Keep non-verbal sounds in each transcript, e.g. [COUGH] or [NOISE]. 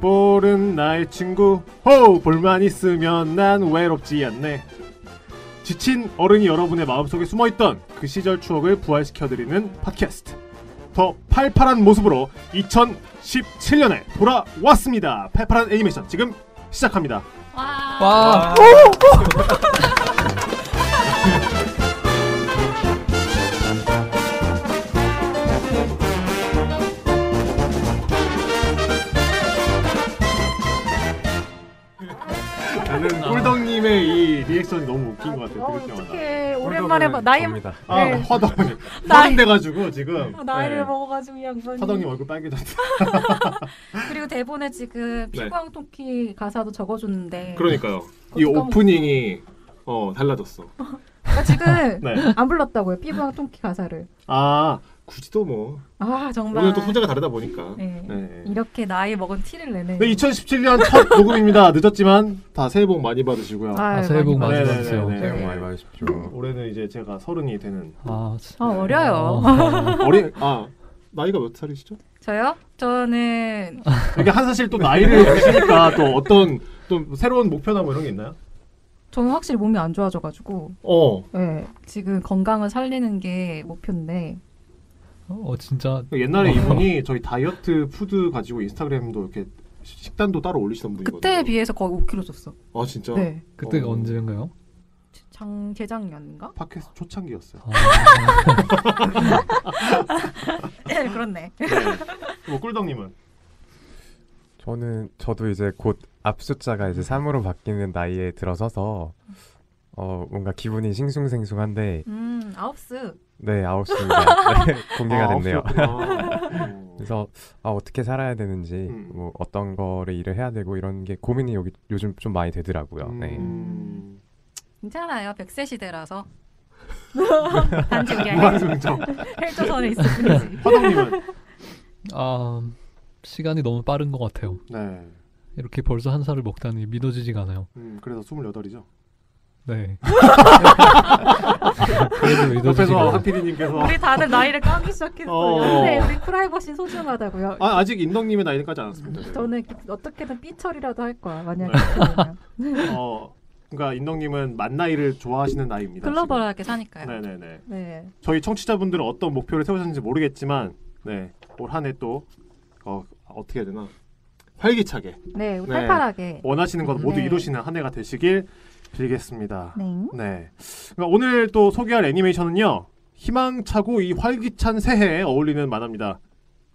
슛볼은 나의 친구 호 볼만 있으면 난 외롭지 않네 지친 어른이 여러분의 마음속에 숨어있던 그 시절 추억을 부활시켜드리는 팟캐스트 더 팔팔한 모습으로 2017년에 돌아왔습니다 팔팔한 애니메이션 지금 시작합니다 와. 아, 와. 나는 꿀덕님의 이 리액션이 너무 웃긴 것 같아요 어, 들을 때마다 어떡해. 오랜만에 봐. 나이 겁니다. 아 네. 화덕 나이- 화덕 돼가지고 지금 아, 나이를 네. 먹어가지고 이 양반이. 화덕님 얼굴 빨개졌다 그리고 대본에 지금 네. 피광 토끼 가사도 적어줬는데. 그러니까요 이 어떡하면- 오프닝이 어 달라졌어 아, [LAUGHS] 지금 네. 안 불렀다고요. 피광 토끼 가사를. 아 굳이 또뭐 아 정말. 오늘 또 소재가 다르다 보니까 네. 네. 이렇게 나이 먹은 티를 내네. 네, 2017년 첫 녹음입니다. [LAUGHS] 늦었지만 다 새해 복 많이 받으시고요. 아유, 아, 새해 복 많이 받- 네네네네. 받으세요. 네. 새해 복 많이 받으십시오. 올해는 이제 제가 서른이 되는 아, 진짜. 아 어려요. 어린 아 나이가 몇 살이시죠? [LAUGHS] 저요? 저는 이게 한 사실 또 나이를 드시니까 또 어떤 또 새로운 목표나 뭐 이런 게 있나요? 저는 확실히 몸이 안 좋아져가지고. 어 네. 지금 건강을 살리는 게 목표인데. 어, 진짜. 옛날에 이분이 저희 다이어트 푸드 가지고 인스타그램도 이렇게 시- 식단도 따로 올리시던 분이거든요. 그때에 비해서 거의 5kg 줬어. 아 진짜? 네. 그때가 어. 언제인가요? 장 재작년인가? [LAUGHS] 팟캐스트 [LAUGHS] 초창기였어요. 아, 네, 그렇네. 뭐 꿀덕님은? 저는 저도 이제 곧 앞 숫자가 이제 3으로 바뀌는 나이에 들어서서 어 뭔가 기분이 싱숭생숭한데 음 아홉스. 네 아홉 시입니다. 네, 공개가 아, 됐네요. 없었구나. 어. [LAUGHS] 그래서 아, 어떻게 살아야 되는지 음. 뭐 어떤 거를 일을 해야 되고 이런 게 고민이 여기 요즘 좀 많이 되더라고요. 네. 음. 괜찮아요. 100세 시대라서. [LAUGHS] 뭐? 단지 우리 무한승정. 헬조선에 있을 뿐이지. 화덕님은? 아, 시간이 너무 빠른 것 같아요. 네. 이렇게 벌써 한 살을 먹다니 믿어지지가 않아요. 음, 그래서 28이죠. [LAUGHS] 네. 그래도 믿어지지가 옆에서 않아요. 한피디님께서 우리 다들 나이를 까기 시작했어요. 어. 근데 우리 프라이버시 소중하다고요. 아, 아직 인덕님의 나이는 까지 않았습니다. 저희가. 네. 저는 그 어떻게든 삐처리라도 할 거야. 만약에 네. 그러면. 어, 그러니까 인덕님은 만 나이를 좋아하시는 나이입니다. [LAUGHS] 글로벌하게 사니까요. 지금. 네네네. 네. 저희 청취자분들은 어떤 목표를 세우셨는지 모르겠지만, 네, 올 한 해 또 어, 어떻게 해야 되나 활기차게 네. 네. 팔팔하게. 원하시는 것 모두 네. 이루시는 한 해가 되시길 빌겠습니다. 네. 네. 그러니까 오늘 또 소개할 애니메이션은요. 희망차고 이 활기찬 새해에 어울리는 만화입니다.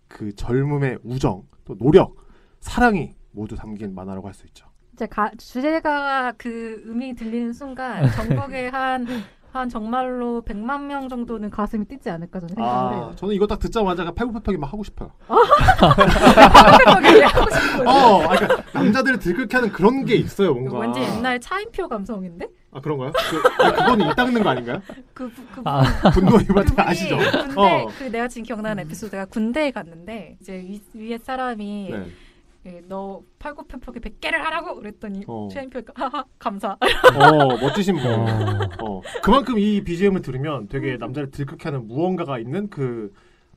그 젊음의 우정, 또 노력, 사랑이 모두 담긴 만화라고 할 수 있죠. 이제 가, 주제가 그 음이 들리는 네. 순간 전국에 한, 한 정말로 100만 명 정도는 가슴이 뛰지 않을까 저는 생각을 아, 해요. 저는 이거 딱 듣자마자 팔굽혀펴기 막 하고 싶어요. 깜빡하게 하고 싶어요. 어, 아, 그러니까 남자들을 들끓게 하는 그런 게 있어요, 뭔가. 왠지 옛날 차인표 감성인데? 아 그런가요? 그, 아, 그건 입 닦는 거 아닌가요? 그, 부- 그, 아. 분노 그분이 유발태 아시죠? 군대 어. 그 내가 지금 기억나는 에피소드가 군대에 갔는데 이제 위, 위에 사람이 네. 예, 너 팔굽혀펴기 100개를 하라고 그랬더니 어. 최인표가 하하 감사. 어, 멋지신 분. 어. 어, 그만큼 이 BGM을 들으면 되게 남자를 들끓게 하는 무언가가 있는 그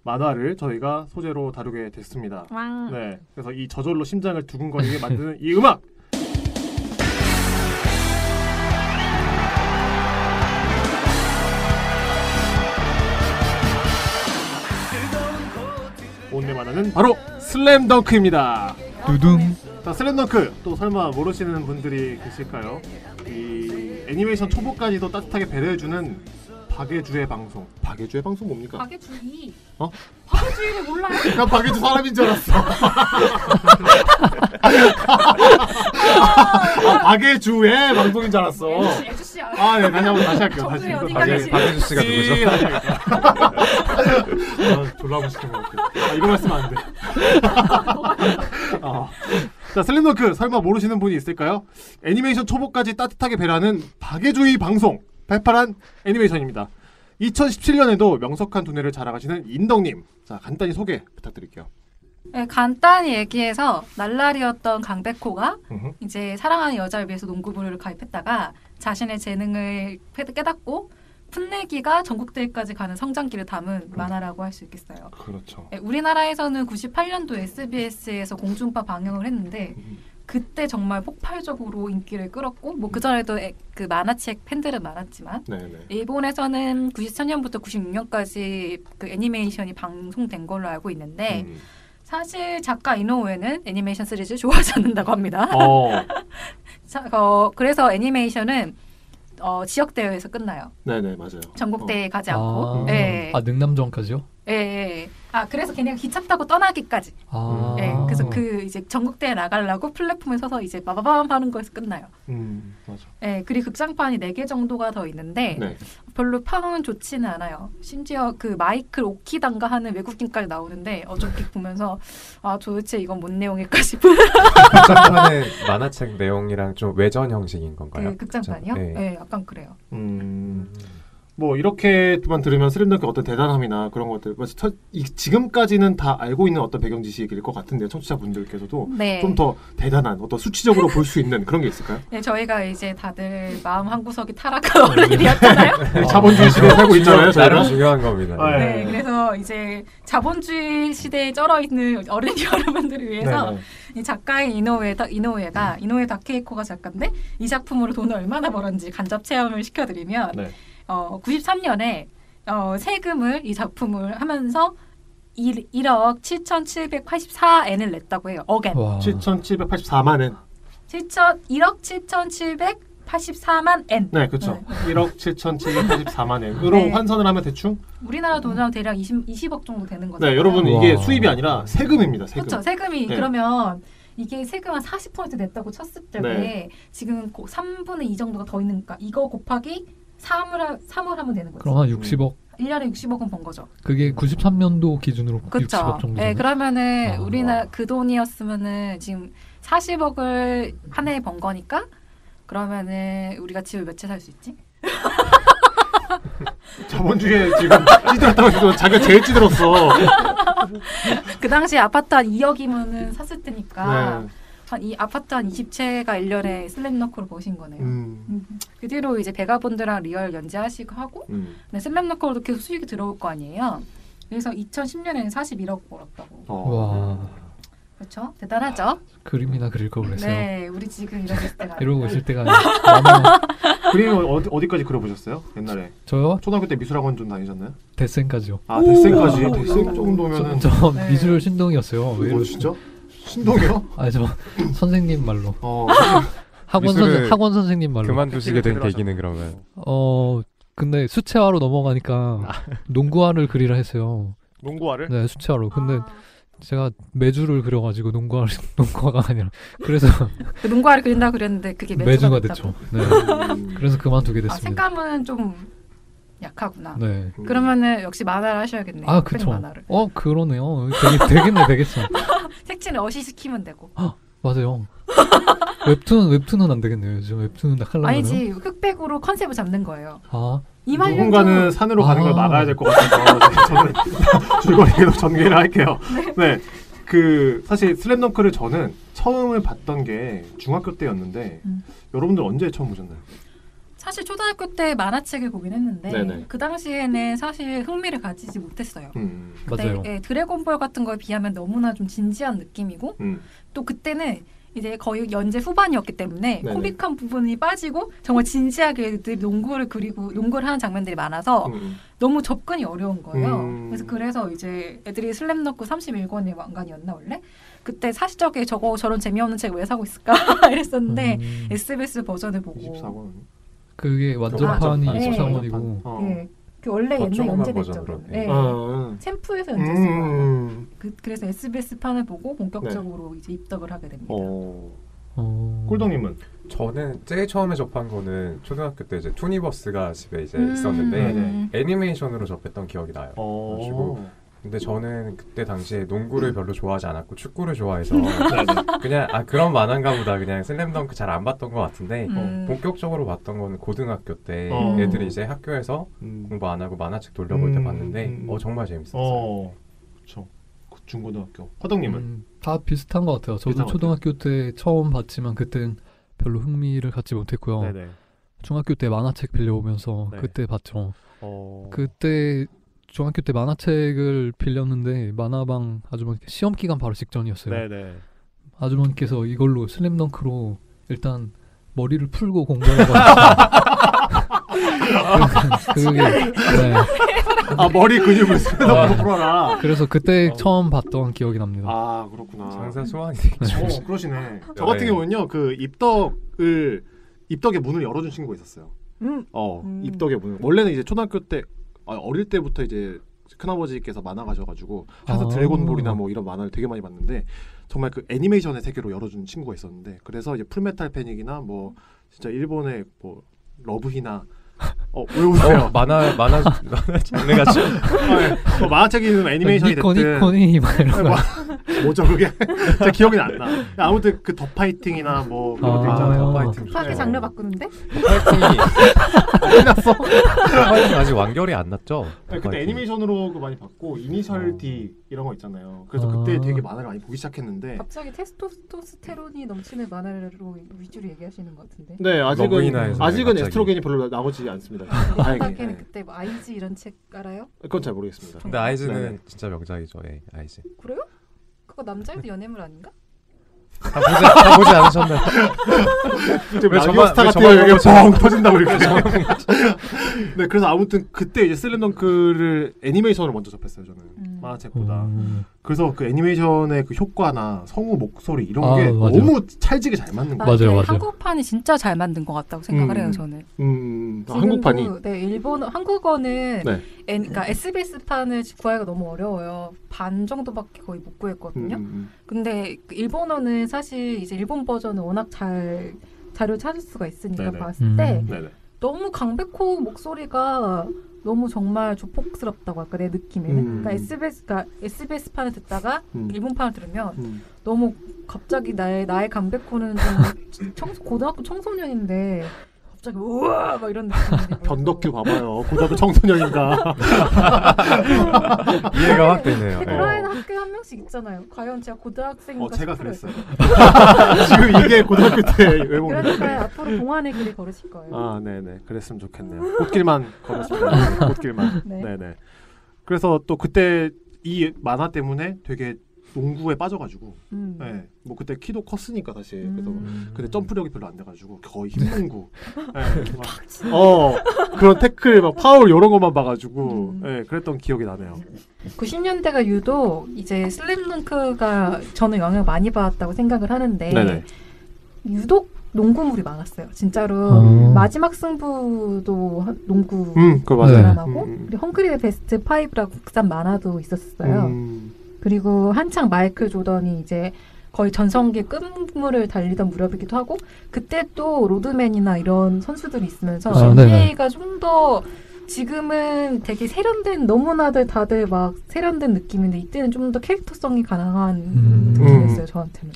만화를 저희가 소재로 다루게 됐습니다. 왕. 네. 그래서 이 저절로 심장을 두근거리게 만드는 이 음악. 오늘 만화는 바로 슬램덩크입니다. 두둥. 자, 슬램덩크 또 설마 모르시는 분들이 계실까요? 이 애니메이션 초보까지도 따뜻하게 배려해주는 박예주의 방송. 박예주의 방송 뭡니까? 박예주 2. 어? 박예주 2를 몰라요. 난 박예주 사람인 줄 알았어. 아, 박예주의 방송인 줄 알았어. 예주 씨 알아. 아, 네, 다시 한번 다시 할게요. 다시. 정수리 어딘가 다시. 계시네. 박예주 씨가 누구죠? 씨, 다시 할게요. 아, 졸라 멋있게 먹을게. 아, 이거 말씀 안 돼. 아. 자, 슬램덩크 설마 모르시는 분이 있을까요? 애니메이션 초보까지 따뜻하게 배려하는 박예주의 방송 발팔한 애니메이션입니다. 2017년에도 명석한 두뇌를 자랑하시는 인덕님, 자 간단히 소개 부탁드릴게요. 네, 간단히 얘기해서 날라리였던 강백호가 음흠. 이제 사랑하는 여자를 위해서 농구부를 가입했다가 자신의 재능을 깨- 깨닫고 풋내기가 전국대회까지 가는 성장기를 담은 만화라고 할 수 있겠어요. 그렇죠. 예, 우리나라에서는 98년도 SBS에서 공중파 방영을 했는데 음. 그때 정말 폭발적으로 인기를 끌었고 뭐 그전에도 에- 그 만화책 팬들은 많았지만 네네. 일본에서는 94년부터 96년까지 그 애니메이션이 방송된 걸로 알고 있는데 음. 사실 작가 이노우에는 애니메이션 시리즈를 좋아하지 않는다고 합니다. 어, [LAUGHS] 자, 어, 그래서 애니메이션은 어, 지역 대회에서 끝나요. 네네 맞아요. 어. 전국 대회 에 가지 아, 않고. 예. 아 능남정까지요? 예, 예. 아, 그래서 걔네가 기차 타고 떠나기까지. 아, 음. 예. 그래서 그 이제 전국 대회 나가려고 플랫폼에 서서 이제 마바밤 하는 거에서 끝나요. 어. 음 맞아. 예. 그리고 극장판이 4개 정도가 더 있는데 네. 별로 평은 좋지는 않아요. 심지어 그 마이클 오키단가 하는 외국인까지 나오는데 어저께 보면서 아, 도대체 이건 뭔 내용일까 싶은 극장판의 만화책 내용이랑 좀 외전 형식인 건가요? 그 극장판이요. 네. 예, 약간 그래요. 음. 음. 뭐 이렇게만 들으면 슬램덩크의 어떤 대단함이나 그런 것들 마치 터- 이- 지금까지는 다 알고 있는 어떤 배경 지식일 것 같은데 청취자분들께서도 네. 어, 좀 더 대단한 어떤 수치적으로 볼 수 있는 그런 게 [LAUGHS] 있을까요? 네, 저희가 이제 다들 마음 한 구석이 타락한 [LAUGHS] 어른이었잖아요. 자본주의 시대에 살고 있잖아요, 나름 저희가. 그렇죠. 중요한 겁니다. 아, 예. 네, 그래서 이제 자본주의 시대에 쩔어 있는 어린 이 여러분들을 위해서 네네. 이 작가의 이노우에 다- 이노우에가 음. 이노우에 다케이코가 작가인데 이 작품으로 돈을 얼마나 벌었는지 간접 체험을 시켜드리면 네. 어, 93년에 어, 세금을 이 작품을 하면서 1, 1억 7,784엔을 냈다고 해요. 억엔. 어. 와. 7,784만 엔. 7천 1억 7,784만 엔. 네, 그렇죠. 네. 1억 7,784만 엔으로 네. 환산을 하면 대충 우리나라 돈으로 대략 20, 20억 정도 되는 거죠. 네, 여러분 이게 와. 수입이 아니라 세금입니다. 세금. 그렇죠. 세금이 네. 그러면 이게 세금 한 40% 냈다고 쳤을 때에 네. 지금 고- 3분의 2 정도가 더 있는 거니까 이거 곱하기 3을, 3을 하면 되는 거죠. 그럼 한 60억. 1년에 60억은 번 거죠. 그게 93년도 기준으로 60억 그렇죠. 정도. 네, 그러면은 아. 우리나라 그 돈이었으면은 지금 40억을 한 해에 번 거니까 그러면은 우리가 집을 몇 채 살 수 있지? 자본주의에 지금 찌들었다고 해서 자기가 제일 찌들었어. 그 당시 아파트 한 2억이면은 샀을 테니까 네. 한 이 아파트 한 20채가 1년에 슬램덩크로 버신 거네요. 음. 그 뒤로 이제 베가본드랑 리얼 연재하시고 하고 음. 네, 슬램덩크로도 계속 수익이 들어올 거 아니에요. 그래서 2010년에는 41억 벌었다고. 어. 와 그렇죠? 대단하죠? 그림이나 아, 그릴 걸 그랬어요. 네, 우리 지금 이러고 있을 때가 이러고 있을 때가 [LAUGHS] 아니라 그림은 어디, 어디까지 그려보셨어요? 옛날에 저요 초등학교 때 미술학원 좀 다니셨나요? 데센까지요. 아 대생까지 오. 대생 저, 정도면은 저 네. 미술 신동이었어요. 왜 뭐 이러- 진짜 신동이요? 아니 저 선생님 말로 어 학원 미술을 선생 학원 선생님 말로. 그만두시게 된 그렇죠. 계기는 그러면 어 근데 수채화로 넘어가니까 농구화를 그리라 했어요. 농구화를 네 수채화로. 근데 아. 제가 매주를 [LAUGHS] 그려가지고 농구화 농구화가 아니라 그래서 그 농구화를 그린다 그랬는데 그게 매주가, 매주가 됐다고. 됐죠. 네. 음. 그래서 그만두게 아, 됐습니다. 색감은 좀 약하구나. 네. 그러면은 역시 만화를 하셔야겠네. 아 그쵸. 만화를. 어 그러네요. 되게 되겠네 되겠어. 색칠을 어시 시키면 되고. 맞아요. 웹툰 웹툰은 안 되겠네요. 요즘 웹툰은 다 칼라. 아니지 흑백으로 컨셉을 잡는 거예요. 아 이말년 누군가는 산으로 가는 걸 아. 막아야 될 것 같아서 저는 [LAUGHS] 줄거리로 전개를 할게요. 네. 그 사실 슬램덩크를 저는 처음을 봤던 게 중학교 때였는데 음. 여러분들 언제 처음 보셨나요? 사실 초등학교 때 만화책을 보긴 했는데 네네. 그 당시에는 사실 흥미를 가지지 못했어요. 음. 그때, 맞아요. 예, 드래곤볼 같은 거에 비하면 너무나 좀 진지한 느낌이고 음. 또 그때는 이제 거의 연재 후반이었기 때문에 네네. 코믹한 부분이 빠지고 정말 진지하게 늘 농구를 그리고 농구를 하는 장면들이 많아서 음. 너무 접근이 어려운 거예요. 음. 그래서 그래서 이제 애들이 슬램덩크 31권의 왕관이었나 원래 그때 사실적에 저거 저런 재미없는 책 왜 사고 있을까 [LAUGHS] 이랬었는데 음, SBS 버전을 보고 24권. 그게 완전판이 아, 완전판. 24원이고 어. 어. 예, 그 원래 더 옛날 조그만 연재됐죠. 버전으로. 네. 어, 어. 챔프에서 음. 연재했어요. 음. 그, 그래서 SBS 판을 보고 본격적으로 이제 입덕을 하게 됩니다. 네. 어. 어... 꿀동님은 저는 제일 처음에 접한 거는 초등학교 때 이제 투니버스가 집에 이제 음. 네, 있었는데 네네. 애니메이션으로 접했던 기억이 나요. 아, 어. 그래가지고. 근데 저는 그때 당시에 음. 농구를 별로 좋아하지 않았고 축구를 어, [LAUGHS] 좋아해서 네네. 그냥 아 그런 만화인가 보다 그냥 슬램덩크 잘 안 봤던 것 네. 같은데 음. 본격적으로 봤던 건 고등학교 때 어. 애들이 이제 학교에서 음. 공부 안 하고 만화책 돌려볼 때 음. 봤는데 어 정말 재밌었어요. 어. 그렇죠. 중고등학교. 허덕님은 음, 다 비슷한 것 같아요. 저도 비슷한 것 초등학교 때 처음 봤지만 그땐 별로 흥미를 갖지 못했고요. 네네 중학교 때 만화책 빌려오면서 네. 그때 봤죠. 어... 그때 중학교 때 만화책을 빌렸는데 만화방 아주머니 시험 기간 바로 직전이었어요. 네네. 아주머니께서 이걸로 슬램덩크로 일단 머리를 [LAUGHS] 풀고 공부해봐. 그러니까 그게 네. 아 머리 근육을 쓰다 풀어라. 그래서 그때 어. 처음 봤던 기억이 납니다. 네. 아 그렇구나. 장사 소환이 되죠. 어, 그러시네. 저 네. 같은 경우는요, 그 입덕을 입덕의 문을 열어준 친구가 있었어요. 음. 어, 음. 입덕의 문을. 원래는 이제 초등학교 때 아, 어릴 때부터 이제 큰아버지께서 만화 가셔가지고 항상 아. 드래곤볼이나 뭐 이런 만화를 되게 많이 봤는데 정말 그 애니메이션의 세계로 열어준 친구가 있었는데 그래서 이제 풀메탈 패닉이나 뭐 진짜 일본의 뭐 러브히나 어왜 웃어요? [LAUGHS] 어, 만화 만화 만화 [LAUGHS] 장르가 좀 아, 뭐 만화책이든 애니메이션이 그러니까 니코니 됐든 코니 막 이런 뭐, 거. [LAUGHS] 뭐죠 그게? 제 기억이 안 나. 아무튼 그 더 파이팅이나 뭐 그런 것들 아. 있잖아요. 더 파이팅 급하게 네. 장르 바꾸는데? 파이팅이 끝났어? 파이팅 아직 완결이 안 났죠? 네, 파이팅이. 그때 애니메이션으로 그 많이 봤고 이니셜 어. D 이런 거 있잖아요. 그래서 아. 그때 되게 만화를 많이 보기 시작했는데 갑자기 테스토스테론이 넘치는 만화로 위주로 얘기하시는 것 같은데. 네 아직은 러브이나에서 아직은 갑자기. 에스트로겐이 별로 나오지 [LAUGHS] 않습니다. 다행히 생각에는 네. 그때 뭐 IG 이런 책 알아요? 그건 잘 모르겠습니다. 근데 아이즈는 네. 진짜 명작이죠. 예, 아이즈. 그래요? 그거 남자애도 연애물 아닌가? 다 보지, 다 보지 않으셨나요? [LAUGHS] 지금 왜 라디오 저만- 스타 왜 같은 저만 여기 보고 뻥 [LAUGHS] 터진다고 이렇게. 네 그래서 아무튼 그때 이제 슬램덩크를 애니메이션으로 먼저 접했어요 저는 음. 만화책보다. 음. 그래서 그 애니메이션의 그 효과나 성우 목소리 이런 아, 게 맞아요. 너무 찰지게 잘 맞는 거예요. 네. 맞아요, 맞아요. 한국판이 진짜 잘 만든 것 같다고 생각을 음. 해요, 저는. 음, 지금도, 한국판이 네 일본 한국어는 네. 애, 그러니까 SBS 판을 구하기가 너무 어려워요. 반 정도밖에 거의 못 음, 구했거든요. 음, 근데 그 일본어는 사실 이제 일본 버전은 워낙 잘 자료 찾을 수가 있으니까 네네. 봤을 때 음. 음. 네네. 너무 강백호 목소리가 너무 정말 조폭스럽다고 할까 내 느낌에는 음. 그러니까 SBS 그러니까 SBS 판을 듣다가 음. 일본 판을 들으면 음. 너무 갑자기 나의 나의 강백호는 좀 [LAUGHS] 청, 고등학교 청소년인데 갑자기 우와 막 이런 느낌이 변덕규 봐봐요. 고등학교 청소년인가. [LAUGHS] 이해가 확 되네요. 네. 그라인 학교 한 명씩 있잖아요. 과연 제가 고등학생인가 어, 제가 싶어요. 그랬어요. [LAUGHS] 지금 이게 고등학교 때 외모입니다. 그러니까 앞으로 동안의 길을 걸으실 거예요. 아, 네네. 그랬으면 좋겠네요. 꽃길만 걸었습니다. 꽃길만. [LAUGHS] 네. 네. 네 그래서 또 그때 이 만화 때문에 되게 농구에 빠져가지고, 음. 네. 뭐 그때 키도 컸으니까 사실. 그래서 음. 근데 점프력이 별로 안 돼가지고 거의 힘농구. 네. 막, 어 그런 태클 막 파울 이런 것만 봐가지고 음. 예 그랬던 기억이 나네요. 90년대가 유독 이제 슬램덩크가 저는 영향 많이 받았다고 생각을 하는데 유독 농구물이 많았어요. 진짜로 음. 마지막 승부도 한- 농구 아. 음 그거 네. 맞아요. 드라마고 음, 음. 그리고 헝그리의 베스트 5라고 국산 만화도 있었어요. 음, 그리고 한창 마이클 조던이 이제 거의 전성기 끝물을 달리던 무렵이기도 하고 그때 또 로드맨이나 이런 선수들이 있으면서 아, NBA가 좀 더 지금은 되게 세련된 너무나들 다들 막 세련된 느낌인데 이때는 좀 더 캐릭터성이 가능한 음. 느낌이었어요 저한테는.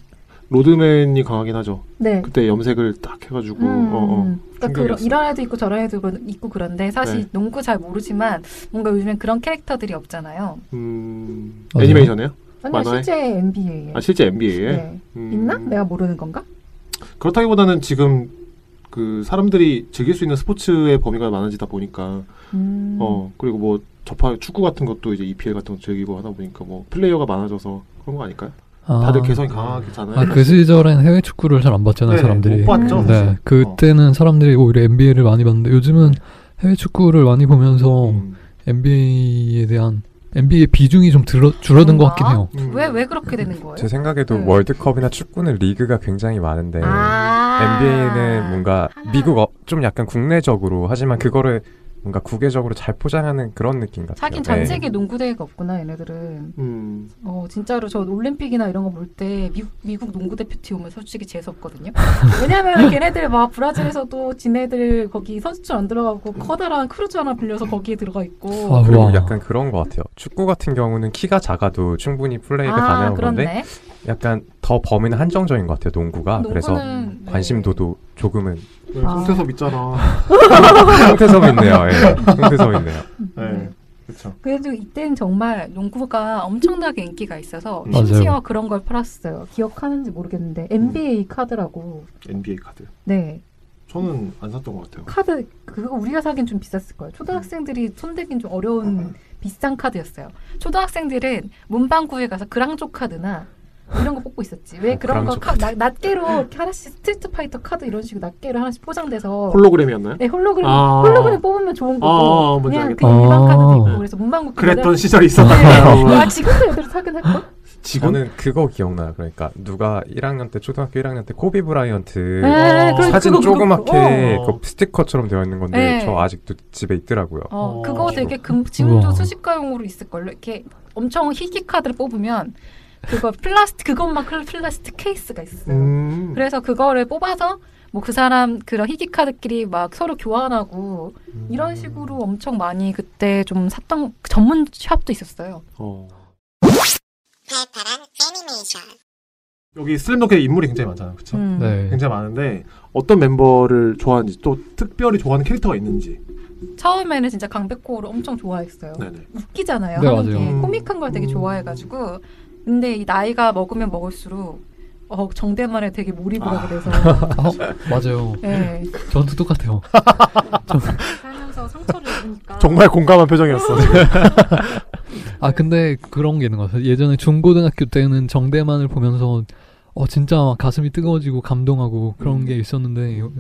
로드맨이 강하긴 하죠. 네. 그때 염색을 딱 해가지고 음, 어, 어. 그러니까 그런- 충격이었어. 이런 애도 있고 저런 애도 있고 그런데 사실 네. 농구 잘 모르지만 뭔가 요즘엔 그런 캐릭터들이 없잖아요. 음, 맞아요. 애니메이션이에요? 아니 만화에? 실제 NBA에 아 실제 NBA에 음. 네. 있나? 내가 모르는 건가? 그렇다기보다는 지금 그 사람들이 즐길 수 있는 스포츠의 범위가 많아지다 보니까 음. 어 그리고 뭐 접하 축구 같은 것도 이제 EPL 같은 거 즐기고 하다 보니까 뭐 플레이어가 많아져서 그런 거 아닐까요? 다들 아. 개성이 강하잖아요. 아, 그 시절엔 해외 축구를 잘 안 봤잖아요, 네네, 사람들이. 못 봤죠. 음. 사실. 네, 어. 네. 그때는 사람들이 오히려 NBA를 많이 봤는데 요즘은 해외 축구를 많이 어. 보면서 음. NBA에 대한 NBA의 비중이 좀 들어, 줄어든 것 같긴 해요. 음. 왜 왜 그렇게 되는 거예요? 제 생각에도 네. 월드컵이나 축구는 리그가 굉장히 많은데 아~ NBA는 네. 뭔가 미국 어, 좀 약간 국내적으로 하지만 그거를 뭔가 국외적으로 잘 포장하는 그런 느낌 같아요. 네. 하긴 전 세계 농구 대회가 없구나 얘네들은. 음. 어 진짜로 저 올림픽이나 이런 거 볼 때 미국, 미국 농구 대표팀 오면 솔직히 재수 없거든요. [LAUGHS] 왜냐면 걔네들 막 브라질에서도 지네들 거기 선수촌 안 들어가고 커다란 크루즈 하나 빌려서 거기에 들어가 있고. 아, 그리고 우와. 약간 그런 것 같아요. 축구 같은 경우는 키가 작아도 충분히 그러니까 플레이가 가능한 건데 그렇네. 약간 더 범위는 한정적인 것 같아요. 농구가 그래서 농구는, 네. 관심도도 조금은 왜 아. 송태섭 음. 있잖아. 형태섬 있네요. 예. 형태섬 있네요. 네. 그렇죠. 그래도 이때는 정말 농구가 엄청나게 인기가 있어서 음. 맞아요. 심지어 그런 걸 팔았어요. 기억하는지 모르겠는데 NBA 카드라고. NBA 카드. 네. 저는 안 샀던 것 같아요. 카드 그거 우리가 사긴 좀 비쌌을 거예요. 초등학생들이 손대긴 좀 어려운 비싼 카드였어요. 초등학생들은 문방구에 가서 그랑조 카드나 이런 거 뽑고 있었지. 왜 어, 그런 거 그랑조 카, 나, 낱개로 이렇게 하나씩 스트리트 파이터 카드 이런 식으로 낱개로 하나씩 포장돼서 홀로그램이었나요? 네, 홀로그램 아. 홀로그램 뽑으면 좋은 거고 아, 아, 뭔지 그냥 알겠다. 그 일반 아. 카드도 있고 그래서 문방구 그랬던 카드는- 시절이 네. 있었다. [LAUGHS] 아 지금도 애들 사긴 할 걸? 지금 저는 그거 기억나요. 그러니까 누가 1학년 때 초등학교 1학년 때 코비 브라이언트 어. 아, 그러니까 사진 그거, 그거, 조그맣게 어. 그 스티커처럼 되어 있는 건데 네. 저 아직도 집에 있더라고요. 어, 어. 그거 되게 금, 지금도 우와. 수식가용으로 있을걸요. 이렇게 엄청 희귀 카드를 뽑으면 그거 플라스틱 그것만 클- 플라스틱 케이스가 있어요. 음. 그래서 그거를 뽑아서 뭐 그 사람 그런 희귀 카드끼리 막 서로 교환하고 음. 이런 식으로 엄청 많이 그때 좀 샀던 그 전문 샵도 있었어요. 어. 발달한 애니메이션. 여기 슬램덩크에 인물이 굉장히 많잖아요. 그렇죠? 음. 네. 굉장히 많은데 어떤 멤버를 좋아하는지 또 특별히 좋아하는 캐릭터가 있는지. 처음에는 진짜 강백호를 엄청 좋아했어요. 네네. 웃기잖아요. 네, 하는 맞아요. 게 음. 코믹한 걸 되게 음. 좋아해가지고 근데 이 나이가 먹으면 먹을수록 어, 정대만에 되게 몰입을 아. 하게 돼서 어, 맞아요. 예. 저한테 똑같아요. 살면서 상처를 아. 입으니까 정말 공감한 표정이었어. 아 근데 그런 게 있는 것 같아요. 예전에 중고등학교 때는 정대만을 보면서 어 진짜 막 가슴이 뜨거워지고 감동하고 그런 음. 게 있었는데 요-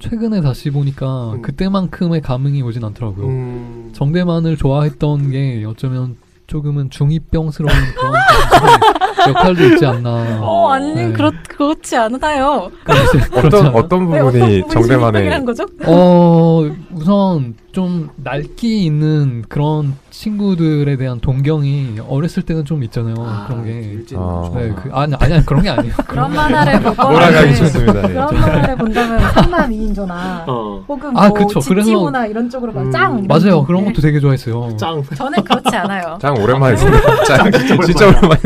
최근에 다시 보니까 음. 그때만큼의 감흥이 오진 않더라고요. 음. 정대만을 좋아했던 게 어쩌면 조금은 중이병스러운 [LAUGHS] 그런 감정의 역할도 [LAUGHS] 있지 않나. 어 아니 네. 그렇 그렇지 않아요. 어떤 그렇잖아요. 어떤 왜 네, 어떤 부분이 부분이 정대만의 중립적이라는 거죠? 어 우선 좀 날기 있는 그런 친구들에 대한 동경이 어렸을 때는 좀 있잖아요. 그런 게. 일진. 아. 네, 그, 아니, 아니, 아니, 그런 게 아니에요. 그런 만화를 보고 몰아가기 네. 좋습니다. 예. 그런 만화를 본다면 상남 2인조나 어. 혹은 아, 뭐 그쵸. 그래서- 지치모나 이런 쪽으로 음. 막짱 맞아요. 그런 것도 되게 좋아했어요. 짱. 네. [LAUGHS] 저는 그렇지 [LAUGHS] 않아요. 짱 오랜만에 듣는다. 짱 진짜 오랜만에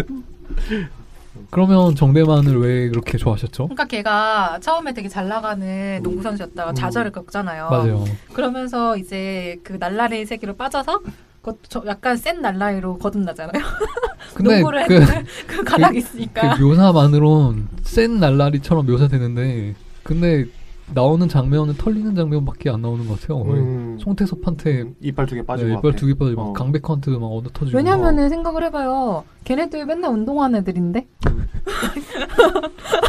그러면 정대만을 왜 그렇게 좋아하셨죠? 그러니까 걔가 처음에 되게 잘 나가는 농구 선수였다가 음. 좌절을 겪잖아요. 맞아요. 그러면서 이제 그 날라리 세계로 빠져서 그 저- 약간 센 날라리로 거듭나잖아요. [LAUGHS] 근데 농구를 그, 했는데 [LAUGHS] 그 가닥이 있으니까. 그 묘사만으론 센 날라리처럼 묘사되는데 근데 나오는 장면은 털리는 장면밖에 안 나오는 것 같아요. 음. 어, 송태섭한테 이빨 두 개 빠진 네, 것 같아. 이빨 두개 빠지고 어. 막 강백한테 막 얻어 터지고 왜냐면은 생각을 해봐요. 걔네들 맨날 운동하는 애들인데 [LAUGHS]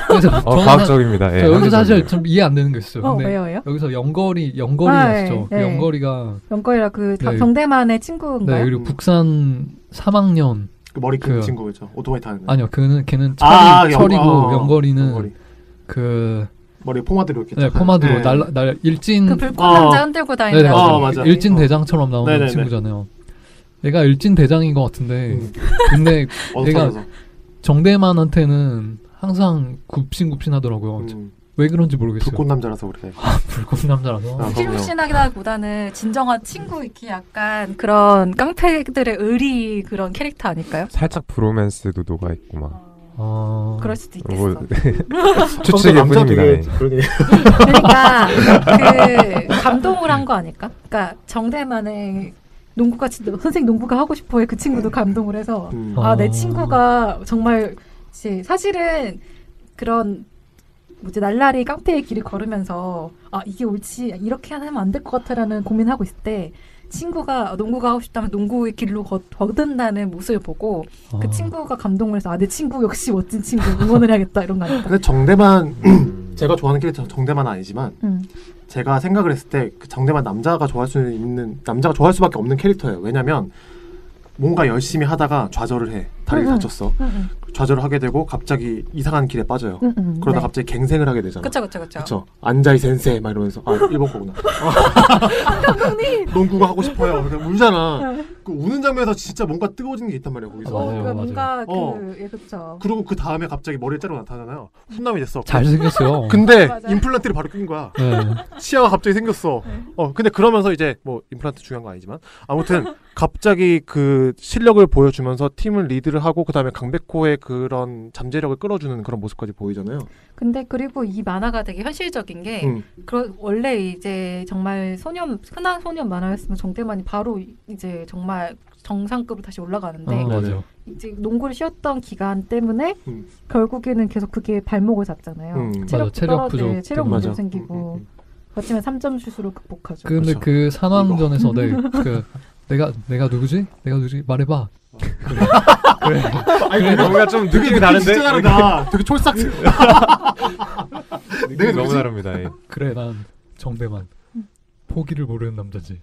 그래서 어, 저는 사- 과학적입니다. 예, 저 여기서 사실 합리적이에요. 좀 이해 안 되는 게 있어요. 어, 네. 근데 왜요 왜요? 여기서 연거리 연거리 아, 아시죠? 네, 그 네. 연거리가 연거이라 그 다- 네. 정대만의 네 친구인가요? 그리고 음. 북산 3학년 그 머리 큰 그- 친구겠죠. 오토바이 타는. 아니요 그는 걔는 철이 아, 연- 철이고 어, 어. 연거리는 머리. 그 머리에 포마드로 이렇게. 네, 착한- 포마드로 네. 날, 날 일진 그 불꽃 어. 남자 흔들고 음. 네, 다니는 네, 맞아요. 어, 맞아. 일진 대장처럼 나오는 네네네. 친구잖아요. 얘가 일진 대장인 것 같은데, 음. 근데 어서 얘가- 타면서. 음. 정대만한테는 항상 굽신굽신하더라고요. 아, 음. 왜 그런지 모르겠어요. 불꽃 남자라서 그래. 불꽃 남자라서. 아. 실룩신하기보다는 그 진정한 친구 이렇게 약간 그런 깡패들의 의리 그런 캐릭터 아닐까요? 살짝 브로맨스도 녹아 있고 막 아, 그럴 수도 있겠어. 뭐, 추측일 뿐입니다. 네. 예. 그러니. 그러니까 그 감동을 한 거 아닐까? 그러니까 정대만의 농구가 진짜 선생 농구가 하고 싶어해 그 친구도 감동을 해서 음. 아. 아 내 친구가 정말 지- 사실은 그런 뭐지 날라리 깡패의 길을 걸으면서 아 이게 옳지 이렇게 하면 안 될 것 같아라는 고민하고 있을 때 친구가 아, 농구가 하고 싶다면 농구의 길로 거, 거든다는 모습을 보고 아. 그 친구가 감동을 해서 아 내 친구 역시 멋진 친구 응원을 해야겠다 이런 거 아닐까? 근데 정대만 [CLEARS THROAT] 제가 좋아하는 캐릭터 정대만은 아니지만 음. 제가 생각을 했을 때 그 정대만 남자가 좋아할 수 있는 남자가 좋아할 수밖에 없는 캐릭터예요. 왜냐면 뭔가 열심히 하다가 좌절을 해. 다리를 음, 음. 다쳤어. 음, 좌절을 하게 되고 갑자기 이상한 길에 빠져요. 음, 음, 그러다 네. 갑자기 갱생을 하게 되잖아. 그쵸 그쵸 그쵸. 그쵸. 안자이 센세 막 이러면서 아 일본 거구나. 감독님. 농구가 하고 싶어요. 그냥 울잖아. 네. 그 우는 장면에서 진짜 뭔가 뜨거워지는 게 있단 말이야 거기서. 어, 맞아요, 그러니까 뭔가 맞아요. 그 어. 예, 그쵸. 그리고 그 다음에 갑자기 머리를 자르고 나타나잖아요. 훈남이 됐어. [LAUGHS] 잘생겼어요. 근데 네, 맞아요. 네. 임플란트를 바로 낀 거야. 네. 치아가 갑자기 생겼어. 어 근데 그러면서 이제 뭐 임플란트 중요한 건 아니지만 아무튼 갑자기 그 실력을 보여주면서 팀을 리드를 하고 그 다음에 강백호의 그런 잠재력을 끌어주는 그런 모습까지 보이잖아요. 근데 그리고 이 이 만화가 되게 현실적인 네. 게 음. 그런 원래 이제 정말 소년 흔한 소년 만화였으면 정대만이 바로 이제 정말 정상급으로 다시 올라가는데 아, 맞아요. 이제 농구를 쉬었던 기간 때문에 네. 음. 결국에는 계속 그게 발목을 잡잖아요. 음. 체력도 맞아, 체력 떨어져- 부족 네, 체력 때문에. 문제도 생기고 음, 음, 음. 그렇지만 3점 슛으로 극복하죠. 근데 그렇죠. 그 산왕전에서 내그 내가 내가 누구지? 내가 누구지? 말해봐. 그래. 그래. 아니 뭔가 좀 느낌이 다른데? 진짜 [LAUGHS] 다르다. 되게 촐싹. 느낌이 너무 누구지? 다릅니다. 예. 그래 난 정대만 음. 포기를 모르는 [LAUGHS] 남자지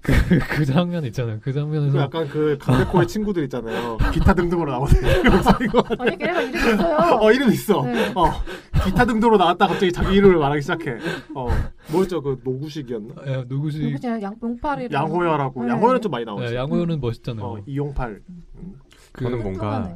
그, 그 장면 있잖아요 그 그 장면에서 뭐. 약간 그 강백호의 친구들 있잖아요. 기타 등등으로 나오는 [LAUGHS] 목소리가. 아니 걔네가 이름 있어요. [LAUGHS] 어 이름 있어. 네. 어 기타 등등으로 나왔다 갑자기 자기 이름을 말하기 시작해. 어 뭐였죠 그 노구식이었나? 야, 예, 누구지 누구지? 양 용팔이 양호열하고 네. 양호열은 좀 많이 나오지. 야, 양호연은 멋있잖아요 어 이용팔. 저는 그, 뭔가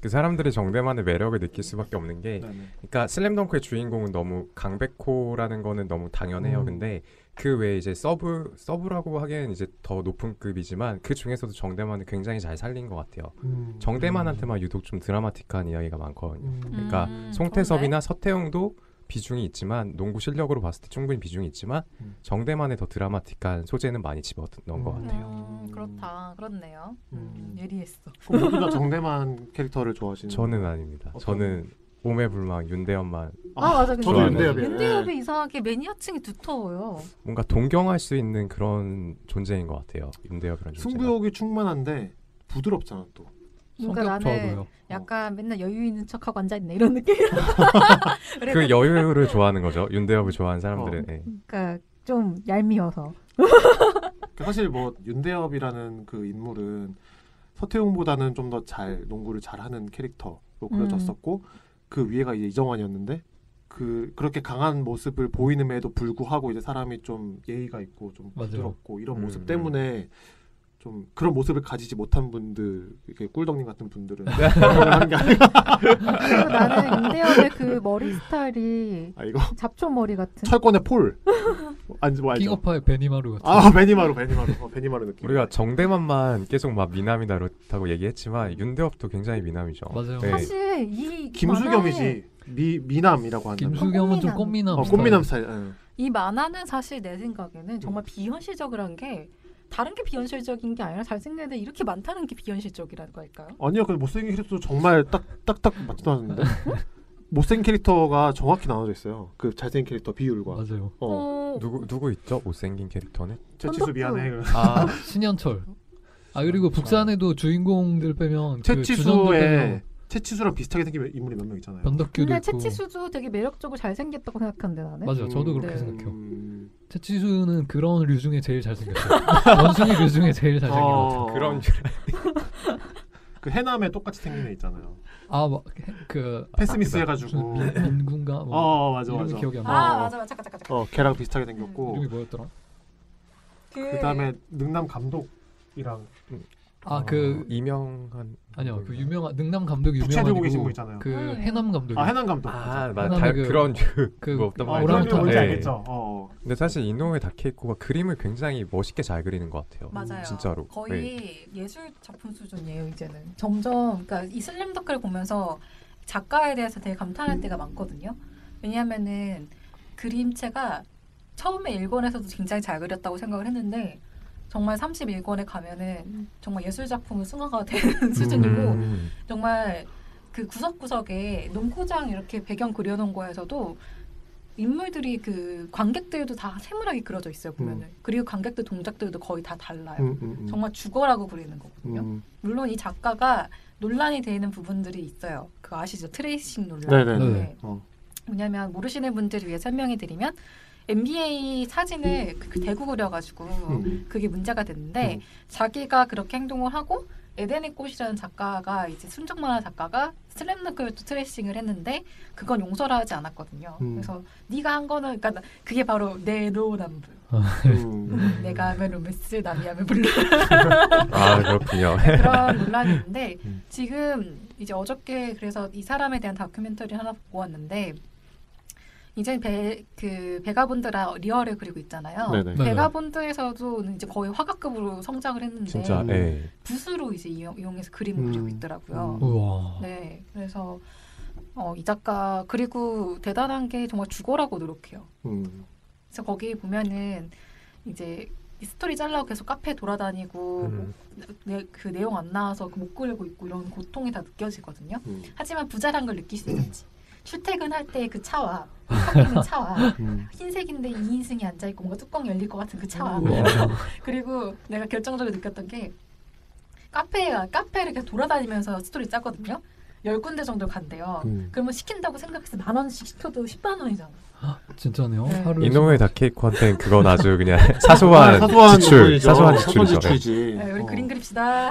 그 사람들이 정대만의 매력을 느낄 수밖에 없는 게 네. 그러니까 슬램덩크의 주인공은 너무 강백호라는 거는 너무 당연해요. 음. 근데 그 외에 이제 서브 서브라고 하기에는 이제 더 높은 급이지만 그 중에서도 정대만은 굉장히 잘 살린 것 같아요. 음. 정대만한테만 유독 좀 드라마틱한 이야기가 많거든요. 음. 그러니까 음, 송태섭이나 서태웅도 비중이 있지만 농구 실력으로 봤을 때 충분히 비중이 있지만 음. 정대만의 더 드라마틱한 소재는 많이 집어 넣은 것 음. 같아요. 음, 그렇다. 그렇네요. 음, 음. 예리했어. 그럼 모두 다 정대만 캐릭터를 좋아하시는. 저는 아닙니다. 어떤- 저는 오매불망 윤대현만 아, 맞아. 근데 저도 네. 좋아하는- 윤대엽이. 윤대엽이 이상하게 매니아층이 두터워요. 뭔가 동경할 수 있는 그런 존재인 것 같아요. 윤대엽이라는 존재가. 승부욕이 충만한데 부드럽잖아 또. 그러니까 성격 나는 좋아도요 약간 맨날 여유 있는 척하고 앉아있네 이런 느낌. [LAUGHS] 네, 그 여유를 좋아하는 거죠. 윤대엽을 좋아하는 어. 사람들은. 예. 그러니까 좀 얄미워서. 그 사실 뭐 윤대엽이라는 그 인물은 서태웅보다는 좀 더 잘 농구를 잘하는 캐릭터로 그려졌었고 그 위에가 이제 이정환이었는데 그 그렇게 강한 모습을 보이는에도 불구하고 이제 사람이 좀 예의가 있고 좀 맞아요. 부드럽고 이런 음, 모습 음. 때문에 좀 그런 모습을 가지지 못한 분들 이렇게 꿀덕님 같은 [LAUGHS] 분들은 하는 게 아니라 그리고 나는 윤대엽의 그 머리 스타일이 아, 이거 잡초 머리 같은. 철권의 폴 아니 뭐 알죠? 픽업파의 베니마루 같은 아 베니마루 베니마루 어, 베니마루 느낌 우리가 정대만만 계속 막 미남이다 그렇다고 음. 얘기했지만 윤대엽도 굉장히 미남이죠. 맞아요. 예. 네. 사실 이 만화는- 김수겸이지 미 미남이라고 한다. 김수겸은 좀 꽃미남 어, 스타일. 꽃미남 스타일. 응. 이 만화는 사실 내 생각에는 정말 비현실적이란 게 다른 게 비현실적인 게 아니라 잘생긴 애들 이렇게 많다는 게 비현실적이라는 걸까요? 아니요, 그 못생긴 캐릭터 정말 딱딱딱 맞지도 [LAUGHS] 않는데 못생긴 캐릭터가 정확히 나눠져 있어요. 그 잘생긴 캐릭터 비율과. 맞아요 어, 누구 누구 있죠? 못생긴 캐릭터는? 제 치수 미안해. 아 신현철 아 그리고 북산에도 주인공들 빼면 그 주전들 채치수의 빼면 채치수랑 비슷하게 생긴 인물이 몇 명 있잖아요. 변덕규도 근데 있고 채치수도 되게 매력적으로 잘생겼다고 생각하는데 나는. 맞아요 저도 음, 그렇게 네. 생각해요 음, 채치수는 그런 류 중에 제일 잘생겼어요 [LAUGHS] [LAUGHS] 원숭이 류 중에 제일 잘생긴 것 같아요 어, [LAUGHS] 그런 그 해남에 똑같이 생긴 애 있잖아요. 아그 패스미스 아, 해가지고. 민군가 뭐 어 맞아 이름이 맞아. 기억이 안 나. 아 어. 맞아 맞아 잠깐 잠깐 잠깐. 어 걔랑 비슷하게 생겼고 이름이 뭐였더라? 그 그다음에 능남 감독이랑 아그 어, 이명한 아니요 그 유명한 능남 감독이 부채 들고 계신 유명하고 분 있잖아요. 그 음. 해남 감독이 아 해남 감독. 아, 그다음에 맞다. 그- 그런 그 뭐 어떤 어, 아, 말이죠? 오랑우탄 뭔지 예. 알겠죠. 어. 어. 근데 사실 이노우에 다케이코가 그림을 굉장히 멋있게 잘 그리는 것 같아요. 맞아요. 진짜로. 예. 거의 예술 작품 수준이에요 이제는. 점점 그러니까 이 슬램덩크를 보면서 작가에 대해서 되게 감탄할 때가 많거든요. 왜냐하면은 그림체가 처음에 일권에서도 굉장히 잘 그렸다고 생각을 했는데 정말 31권에 가면은 정말 예술 작품은 승화가 되는 [LAUGHS] 수준이고 음. 정말 그 구석구석에 농구장 이렇게 배경 그려놓은 거에서도 인물들이 그 관객들도 다 세밀하게 그려져 있어요 보면은 그리고 관객들 동작들도 거의 다 달라요 음, 음, 음. 정말 죽어라고 그리는 거거든요 음. 물론 이 작가가 논란이 되는 부분들이 있어요 그거 아시죠 트레이싱 논란 네네네. 네. 어. 왜냐면 모르시는 분들을 위해 설명해 드리면 NBA 사진을 그- 그 대구 그려가지고 음. 그게 문제가 됐는데 음. 자기가 그렇게 행동을 하고 에덴의 꽃이라는 작가가 이제 순정 만화 작가가 슬램덩크를 또 트레이싱을 했는데 그건 용서를 하지 않았거든요. 음. 그래서 네가 한 거는 그러니까 나- 그게 바로 내 로남불. 음. 내가 하면 로맨스, 남이 하면 블루 아 그렇군요. [LAUGHS] [LAUGHS] 그런 논란이 있는데 음. 지금 이제 어저께 그래서 이 사람에 대한 다큐멘터리 하나 보고 왔는데 이제 베그 베가본드라 리얼을 그리고 있잖아요. 네네. 네. 베가본드에서도 이제 거의 화가급으로 성장을 했는데 진짜. 음. 네. 예. 붓으로 이제 이용, 이용해서 그림을 음. 그리고 있더라고요. 음. 우와 네, 그래서 어, 이 작가 그리고 대단한 게 정말 죽어라고 노력해요. 음. 그래서 거기 보면은 이제 이 스토리 잘라고 계속 카페 돌아다니고 음. 내, 그 내용 안 나와서 못 그리고 있고 이런 고통이 다 느껴지거든요. 음. 하지만 부자란 걸 느낄 수 있었지. 출퇴근할 때 그 차와 바뀌는 차와 음. 흰색인데 2인승이 앉아 있고 뭔가 뚜껑 열릴 것 같은 그 차와 네. 그리고 내가 결정적으로 느꼈던 게 카페가 카페를 이렇게 돌아다니면서 스토리 짜거든요. 열 군데 정도 간대요. 음. 그러면 시킨다고 생각해서 만 원씩 시켜도 10만 원이잖아. [LAUGHS] 음. 진짜네요. 네. 하루에 이놈의 다케이코한테는 [LAUGHS] 그건 아주 그냥 사소한, 사소한 지출, 부분이죠. 사소한 사소한 지출이죠. 지출이지. 네, 우리 어. 그림 그립시다.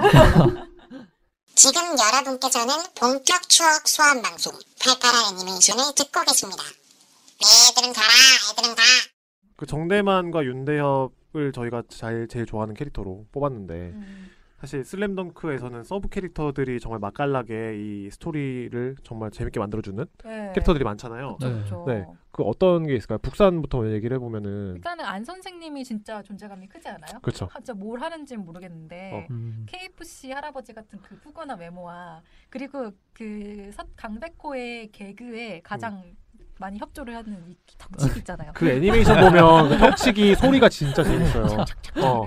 지금 여러분께서는 본격 추억 수업 방송 팔팔한 애니메이션을 듣고 계십니다. 네, 애들은 가라, 애들은 가. 그 정대만과 윤대협을 저희가 잘 제일 좋아하는 캐릭터로 음. 뽑았는데 사실 슬램덩크에서는 서브 캐릭터들이 정말 맛깔나게 이 스토리를 정말 재밌게 만들어주는 [LAUGHS] 네. 캐릭터들이 많잖아요. 네. 그렇죠. 네. 그 어떤 게 있을까요? 북산부터 얘기를 해보면은 일단은 안 선생님이 진짜 존재감이 크지 않아요? 그렇죠. 아, 진짜 뭘 하는지는 모르겠는데 어. 음. KFC 할아버지 같은 그 푸거나 외모와 그리고 그 서- 강백호의 개그에 가장 많이 협조를 하는 이 덕질 있잖아요. 음. 그 애니메이션 보면 [LAUGHS] 그 턱치기 소리가 진짜 재밌어요. 어.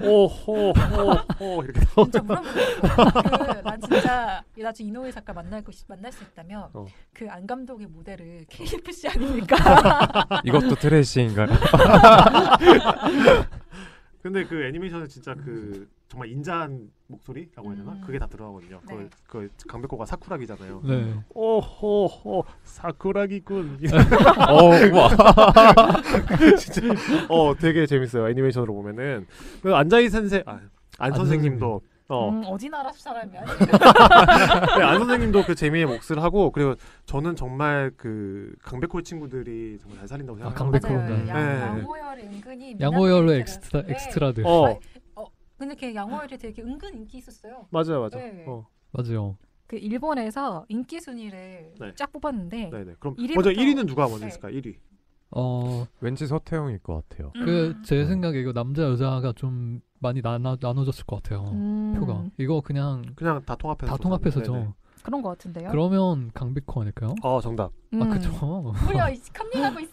오호호호 이렇게 나오는 진짜 [LAUGHS] 물어보겠어. 난 진짜 나중에 이노우에 작가 만날 거 만날 수 있다면 어. 그 안 감독의 모델을 KFC 아닙니까? [LAUGHS] 이것도 [LAUGHS] 트레이싱인가요? 근데 그 애니메이션은 진짜 그 정말 인자한 목소리라고 해야 되나? 음. 그게 다 들어가거든요. 네. 그걸 그 강백호가 사쿠라기잖아요. 네. 오호호 사쿠라기군. 어, 우와. [LAUGHS] 진짜 [LAUGHS] 어 되게 재밌어요. 애니메이션으로 보면은 그 안자희 선생 아, 안 안 선생님도 [LAUGHS] 어, 아, 음, 어디 나라 사람이야? 네, 안 선생님도 그 재미의 몫을 하고 그리고 저는 정말 그 강백호 친구들이 정말 잘 살린다고 아, 생각해요. 강백호. 맞아요. 네. 양, 네. 양호열 은근히 양호열로 미남 엑스트라 캐릭터였는데 엑스트라들. 어 근데 걔 양호열이 되게 은근 인기 있었어요. 맞아요 맞아. 네. 어 맞아요. 그 일본에서 인기 순위를 네. 쫙 뽑았는데 네네 그럼 일위부터- 먼저 1위는 누가 먼저 네. 있을까? 1위. 어, 왠지 서태웅일 것 같아요. 음. 그 제 생각에 이거 남자 여자가 좀 많이 나눠 나눠졌을 것 같아요. 음, 표가. 이거 그냥 그냥 다 통합해서 다 줬잖아요. 네네. 통합해서죠. 그런 것 같은데요. 그러면 강백호 아닐까요? 어 정답. 음. 아, 그쵸. [LAUGHS] 뭐야 이 컴닝하고 있어.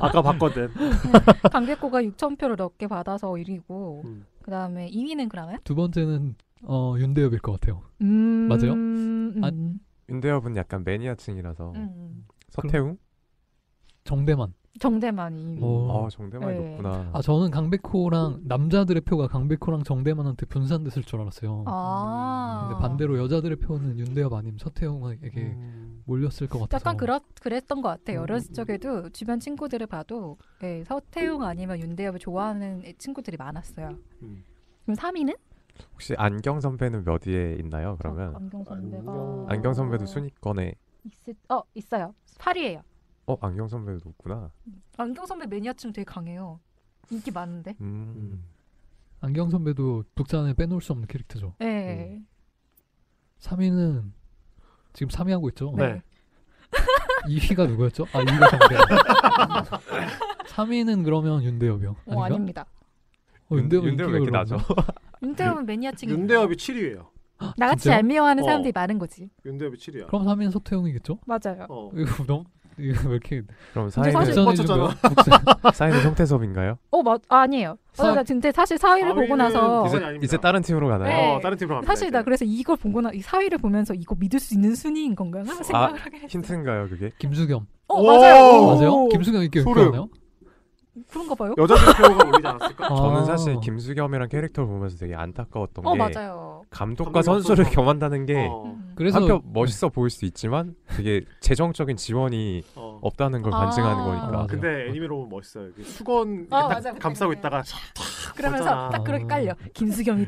아까 [LAUGHS] 봤거든. 강백호가 6천 표를 넘게 받아서 1위고 음. 그 다음에 2위는 그러면? 두 번째는 어, 윤대엽일 것 같아요. 음, 맞아요? 음, 아, 어. 음, 윤대엽은 약간 매니아층이라서 음. 서태웅? 정대만. 정대만이. 어. 아 정대만이 네. 높구나. 아 저는 강백호랑 남자들의 표가 강백호랑 정대만한테 분산됐을 줄 알았어요. 아. 근데 반대로 여자들의 표는 윤대엽 아님 서태웅에게 음. 몰렸을 것 같아서. 약간 그렇 그랬던 것 같아요. 음. 어렸을 적에도 주변 친구들을 봐도 예, 서태웅 아니면 윤대엽을 좋아하는 친구들이 많았어요. 음. 그럼 3위는? 혹시 안경 선배는 몇 위에 있나요? 그러면 어, 안경 선배가 안경. 안경 선배도 순위권에 있을 어 있어요. 8위예요. 어 안경 선배도 높구나. 안경 선배 매니아층 되게 강해요. 인기 많은데. 음. 안경 선배도 북산에 빼놓을 수 없는 캐릭터죠. 예. 네. 음. 3위는 지금 3위 하고 있죠. 네. 2위가 누구였죠? 아 2위가 정대. 3위는 그러면 윤대엽이요. 어, 아닌가? 아닙니다. 어, 윤대엽 윤대엽 왜 이렇게 인기가 낮아? 그러나? 윤대엽은 매니아층이 윤대엽이 7위예요. 나같이 진짜요? 얄미워하는 어. 사람들이 많은 거지. 윤대엽이 7위야. 그럼 3위는 서태웅이겠죠? 맞아요. 어. 이거 너무 이거 왜 이렇게 그럼 사실- 사인은 맞췄잖아. 사인은 송태섭인가요? 어, 맞, 아, 아니에요. 사- 어, 나 근데 사실 4위를 보고 사위는 나서 기사- 이제 어, 아닙니다. 이제 다른 팀으로 가나요? 네. 어 다른 팀으로 갑니다. 사실 나 그래서 이걸 보고 나이 4위를 보면서 이거 믿을 수 있는 순위인 건가 하는 생각을 하게 했어요. 힌트인가요 그게? 김수겸 어, 아, 오! 맞아요. 맞아요? 김수겸 인기 왜 이렇게 소름. 많나요? 그런가 봐요. 여자들 표가 올리지 [LAUGHS] 않았을까? 저는 아. 사실 김수겸이랑 캐릭터를 보면서 되게 안타까웠던 어, 게 맞아요. 감독과 감독과 선수를 선수. 겸한다는 네. 게 어, 음. 그래서 한편 멋있어 보일 수 있지만 되게 재정적인 지원이 어. 없다는 걸 아. 반증하는 아, 거니까 맞아. 근데 애니메로 보면 멋있어요. 이렇게 수건 어, 이렇게 맞아, 딱 그때 감싸고 그때. 있다가 그러면서 맞아. 딱 그렇게 깔려. 김수경이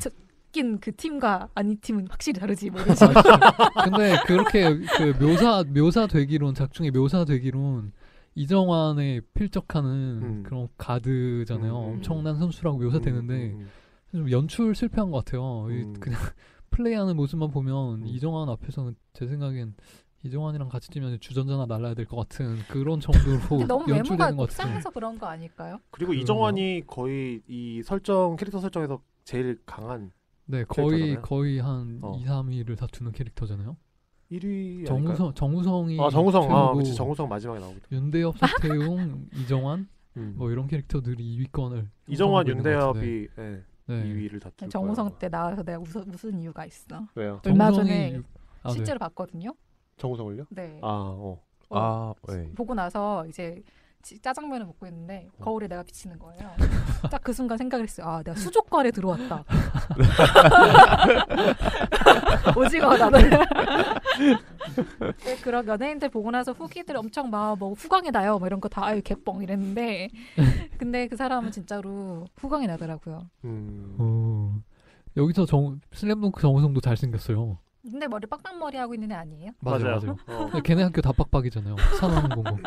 낀그 팀과 아니 팀은 확실히 다르지. 뭐 이런 식으로. [LAUGHS] 아, 근데 그렇게 그 묘사 묘사 되기론 작중에 묘사 되기론 이정환의 필적하는 음. 그런 가드잖아요. 음. 엄청난 선수라고 묘사되는데 음, 음, 좀 연출 실패한 것 같아요. 이 음. 그냥 [LAUGHS] 플레이하는 모습만 보면 음. 이정환 앞에서는 제 생각엔 이정환이랑 같이 뛰면 주전자나 날라야 될 것 같은 그런 정도로 [LAUGHS] 근데 너무 외모가 연출되는 것 같아요. 곱상해서 그런 거 아닐까요? 그리고 그런 이정환이 거의 이 설정 캐릭터 설정에서 제일 강한 네, 거의 캐릭터잖아요. 거의 한 어. 2, 3위를 다투는 캐릭터잖아요. 1위 아닐까요? 정우성 정우성이 아 정우성 아 최고고 그치 정우성 마지막에 나오거든. 윤대엽, 아, 서태웅, 이정환 음. 뭐 이런 뭐 캐릭터들이 2위권을 이정환 형성하고 있는 것 같은데. 윤대엽이 예, 네. 2위를 다툴 거예요. 정우성 때 나와서 내가 웃어, 웃은 이유가 있어. 왜요? 얼마 정우성이 전에 육- 아, 네. 실제로 봤거든요. 정우성을요? 네. 아, 어. 어. 아, 네. 보고 나서 이제 지- 짜장면을 먹고 있는데 거울에 내가 비치는 [LAUGHS] 거예요. 딱 그 순간 생각을 했어요. 아, 내가 수족관에 [LAUGHS] 들어왔다. 오징어 나는. 네, 그런 연예인들 보고 나서 후기들 엄청 막 뭐 후광이 나요. 뭐 이런 거 다 아유 개뻥 이랬는데 근데 그 사람은 진짜로 후광이 나더라고요. 음. 어, 여기서 정, 슬램덩크 정우성도 잘생겼어요. 근데 머리 빡빡머리 하고 있는 애 아니에요? 맞아요, 맞아요. 맞아요. 어. 걔네 학교 다 [LAUGHS] 빡빡이잖아요. 뭐. 산업공고.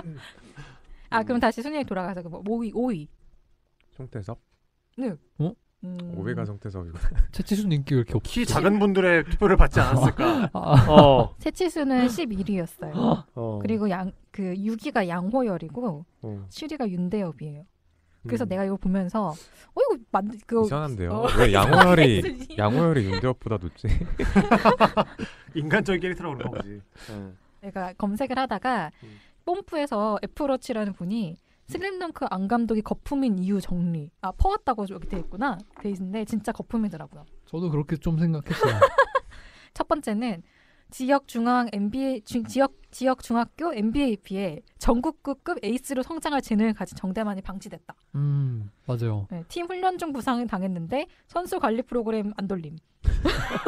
아 음. 그럼 다시 순위에 돌아가서 그 뭐, 5위 5위. 송태섭? 음, 오베가 송태섭이고. 채치순 인기가 이렇게 없. 키 작은 분들의 투표를 받지 않았을까? 아, [LAUGHS] 어. 세치수는 [LAUGHS] 11위였어요. 어. 그리고 양 그 6위가 양호열이고 어. 7위가 윤대엽이에요. 그래서 음. 내가 이거 보면서 어 이거 만 그거 이상한데요. 어. [LAUGHS] 왜 양호열이 이상했으니. 양호열이 윤대엽보다 높지? 인간적인 캐릭터라고 그런 거지. 내가 검색을 하다가 음. 뽐프에서 애플워치라는 분이 슬램덩크 안 감독이 거품인 이유 정리 아 퍼왔다고 여기 돼 있구나 돼 있는데 진짜 거품이더라고요. 저도 그렇게 좀 [LAUGHS] 생각했어요. 첫 번째는 지역 중앙 MBA 주, 지역 지역 중학교 MBA에 비해 전국급 에이스로 성장할 재능을 가진 정대만이 방치됐다. 음, 맞아요. 네, 팀 훈련 중 부상을 당했는데 선수 관리 프로그램 안 돌림. [LAUGHS]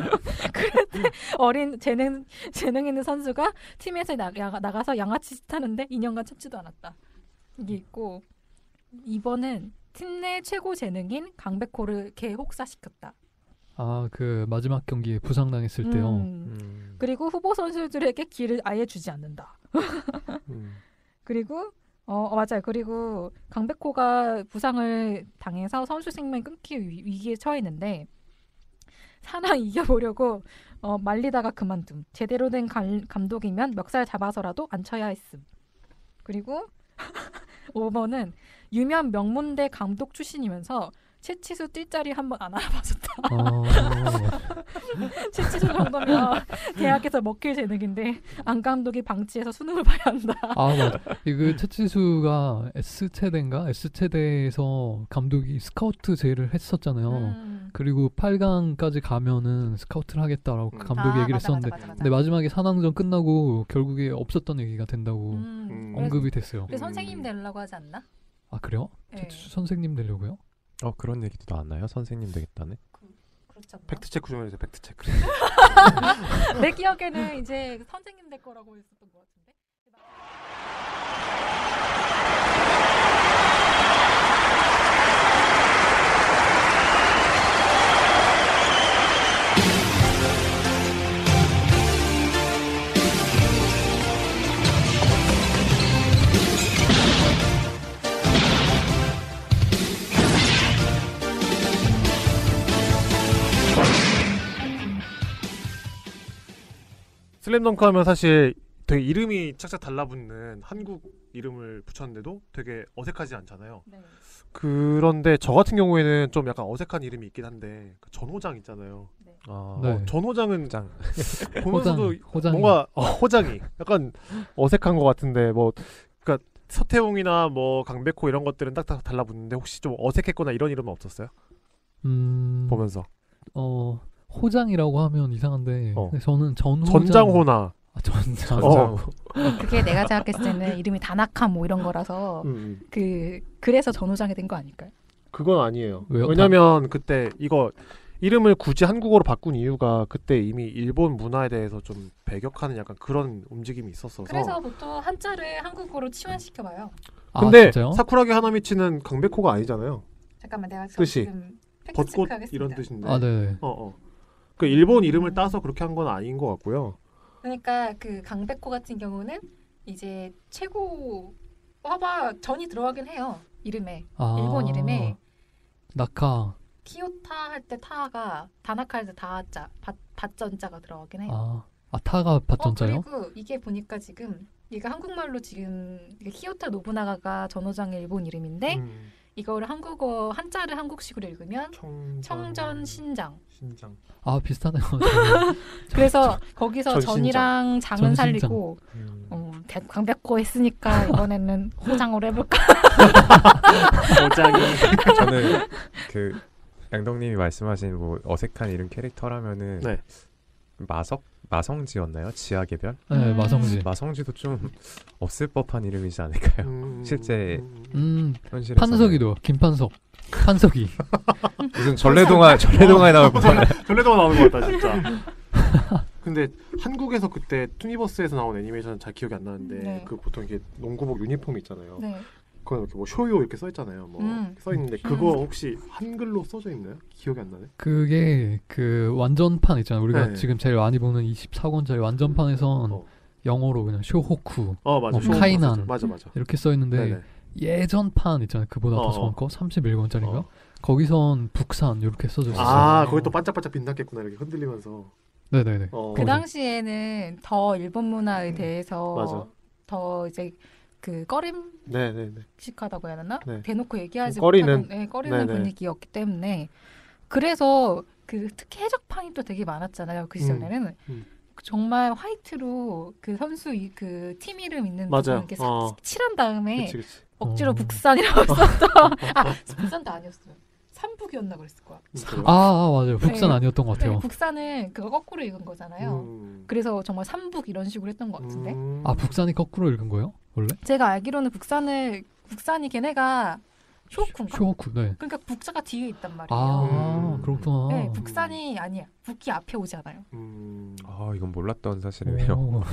그랬더니 어린 재능 재능 있는 선수가 팀에서 나, 가서 양아치 짓하는데 2년간 찾지도 않았다. 이게 있고 이번은 팀 내 최고 재능인 강백호를 개혹사시켰다. 아, 그 마지막 경기에 부상당했을 때요. 음. 음. 그리고 후보 선수들에게 기회를 아예 주지 않는다. 음. 그리고 어 어, 맞아요. 그리고 강백호가 부상을 당해서 선수 생명 끊기 위- 위기에 처했는데 사나 [LAUGHS] 이겨보려고 어, 말리다가 그만둠. 제대로 된 감, 감독이면 멱살 잡아서라도 앉혀야 했음. 그리고 [LAUGHS] 5번은 유명 명문대 감독 출신이면서 채치수 띨자리 한번 안 알아봐줬다. [LAUGHS] 아, 채치수 정도면 [LAUGHS] 대학에서 먹힐 재능인데 안 감독이 방치해서 수능을 봐야 한다. 아 맞아. 이그 채치수가 S 체대인가? S 체대에서 감독이 스카우트 제의를 했었잖아요. 음. 그리고 8강까지 가면은 스카우트를 하겠다라고 그 음. 감독이 아, 얘기를 맞아, 했었는데 맞아, 맞아, 맞아. 근데 마지막에 산왕전 끝나고 결국에 없었던 얘기가 된다고 음. 음. 언급이 됐어요. 근데 선생님 되려고 하지 않나? 아 그래요? 예. 네. 채치수 선생님 되려고요? 어 그런 얘기도 나왔나요? 선생님 되겠다네. 그렇지 않나? 팩트 체크 좀 해주세요. 팩트 체크. 그렇죠. 아, 내 기억에는 이제 선생님 될 거라고 했었던 것 같은데. 슬램덩크 하면 사실 되게 이름이 착착 달라붙는 한국 이름을 붙였는데도 되게 어색하지 않잖아요. 네. 그런데 저 같은 경우에는 좀 약간 어색한 이름이 있긴 한데 그 전호장 있잖아요. 아, 네. 어, 전호장은 장. 보면서도 호장. 뭔가 어, 호장이 약간 어색한 것 같은데 뭐 그러니까 서태웅이나 뭐 강백호 이런 것들은 딱딱 달라붙는데 혹시 좀 어색했거나 이런 이름은 없었어요? 음, 보면서 어 호장이라고 하면 이상한데 어. 근데 저는 전호장. 전장호나 아, 전장. 어. 그게 내가 생각했을 때는 이름이 다나카 뭐 이런 어. 거라서 음, 그 그래서 전호장이 된 거 아닐까요? 그건 아니에요. 왜요? 왜냐면 그때 이거 이름을 굳이 한국어로 바꾼 이유가 그때 이미 일본 문화에 대해서 좀 배격하는 약간 그런 움직임이 있었어서. 그래서 보통 한자를 한국어로 치환시켜 봐요. 아, 근데 진짜요? 사쿠라기 하나미치는 강백호가 아니잖아요. 잠깐만 내가 저 뜻이. 지금 팩트 벚꽃 체크하겠습니다. 이런 뜻인데. 아 네. 어 어. 그 일본 이름을 따서 그렇게 한 건 아닌 것 같고요. 그러니까 그 강백호 같은 경우는 이제 최고 화바 전이 들어가긴 해요. 이름에 아, 일본 이름에 낙하. 키요타 할 때 타가 다나카 할 때 다자 바- 바전자가 네. 들어가긴 해요. 아, 아 타가 어, 받전자요? 그리고 이게 보니까 지금 얘가 한국말로 지금 이게 히오타 노부나가가 전호장의 일본 이름인데 음, 이거를 한국어 한자를 한국식으로 읽으면 청전, 음. 청전 신장. 신장. 아 비슷하네요. [LAUGHS] 그래서 거기서 전신장. 전이랑 장은 전신장. 살리고 음. 어, 대- 강백호 했으니까 이번에는 호장으로 해볼까? [LAUGHS] 그러니까 저는 그 양덕님이 말씀하신 뭐 어색한 이름 캐릭터라면은 네. 마석 마성지였나요? 지하개별? 네, 음. 마성지. 마성지도 좀 없을 법한 이름이지 않을까요? 실제 음, 현실에서 판석이도 김판석, [LAUGHS] 판석이. 무슨 전래동화 전래동화에 어. 나올 법한 전래동화 나오는 것 같다 진짜. [LAUGHS] 근데 한국에서 그때 투니버스에서 나온 애니메이션은 잘 기억이 안 나는데 네. 그 보통 이게 농구복 유니폼 있잖아요. 네. 그거 이렇게 뭐 쇼요 이렇게 써 있잖아요. 뭐 음. 써 있는데 그거 혹시 한글로 써져 있나요? 기억이 안 나네. 그게 그 완전판 있잖아요. 우리가 네. 지금 제일 많이 보는 24권짜리 완전판에선 어. 영어로 그냥 쇼호쿠 어 맞아. 어, 쇼요 카이난. 써져 있죠. 맞아 맞아. 이렇게 써 있는데 네네. 예전판 있잖아요. 그보다 어, 더 어. 저은 거 31권짜리인가? 어. 거기선 북산 이렇게 써져 있었어요. 아 거기 또 반짝반짝 빛났겠구나 이렇게 흔들리면서. 네네네. 어. 그 거기서. 당시에는 더 일본 문화에 대해서 맞아. 더 이제 그 꺼림 네네네. 식하다고 해야 하나? 네. 대놓고 얘기하지 좀 꺼리는- 못하는 네, 꺼리는 네네. 분위기였기 때문에 그래서 그 특히 해적판이 또 되게 많았잖아요 그 시절에는 음. 정말 화이트로 그 선수 이- 그팀 이름 있는 맞아요. 부분 이렇게 싹 어. 칠한 다음에 그치 그치. 억지로 어. [LAUGHS] 북산이라고 [LAUGHS] 썼던 아 북산도 아니었어요 삼북이었나 그랬을 거야 진짜요? 아, 아, 맞아요. 북산 네. 아니었던 것 같아요. 네, 북산은 그거 거꾸로 읽은 거잖아요 음. 그래서 정말 삼북 이런 식으로 했던 것그 같은데 음. 아 북산이 거꾸로 읽은 거예요? 원래? 제가 알기로는 북산을 북산이 걔네가 쇼쿤 쇼호쿠. 네. 그러니까 북자가 뒤에 있단 말이에요. 아 음. 그렇구나. 네, 북산이 아니야. 북이 앞에 오지 않아요. 음. 아 이건 몰랐던 사실이네요. 오.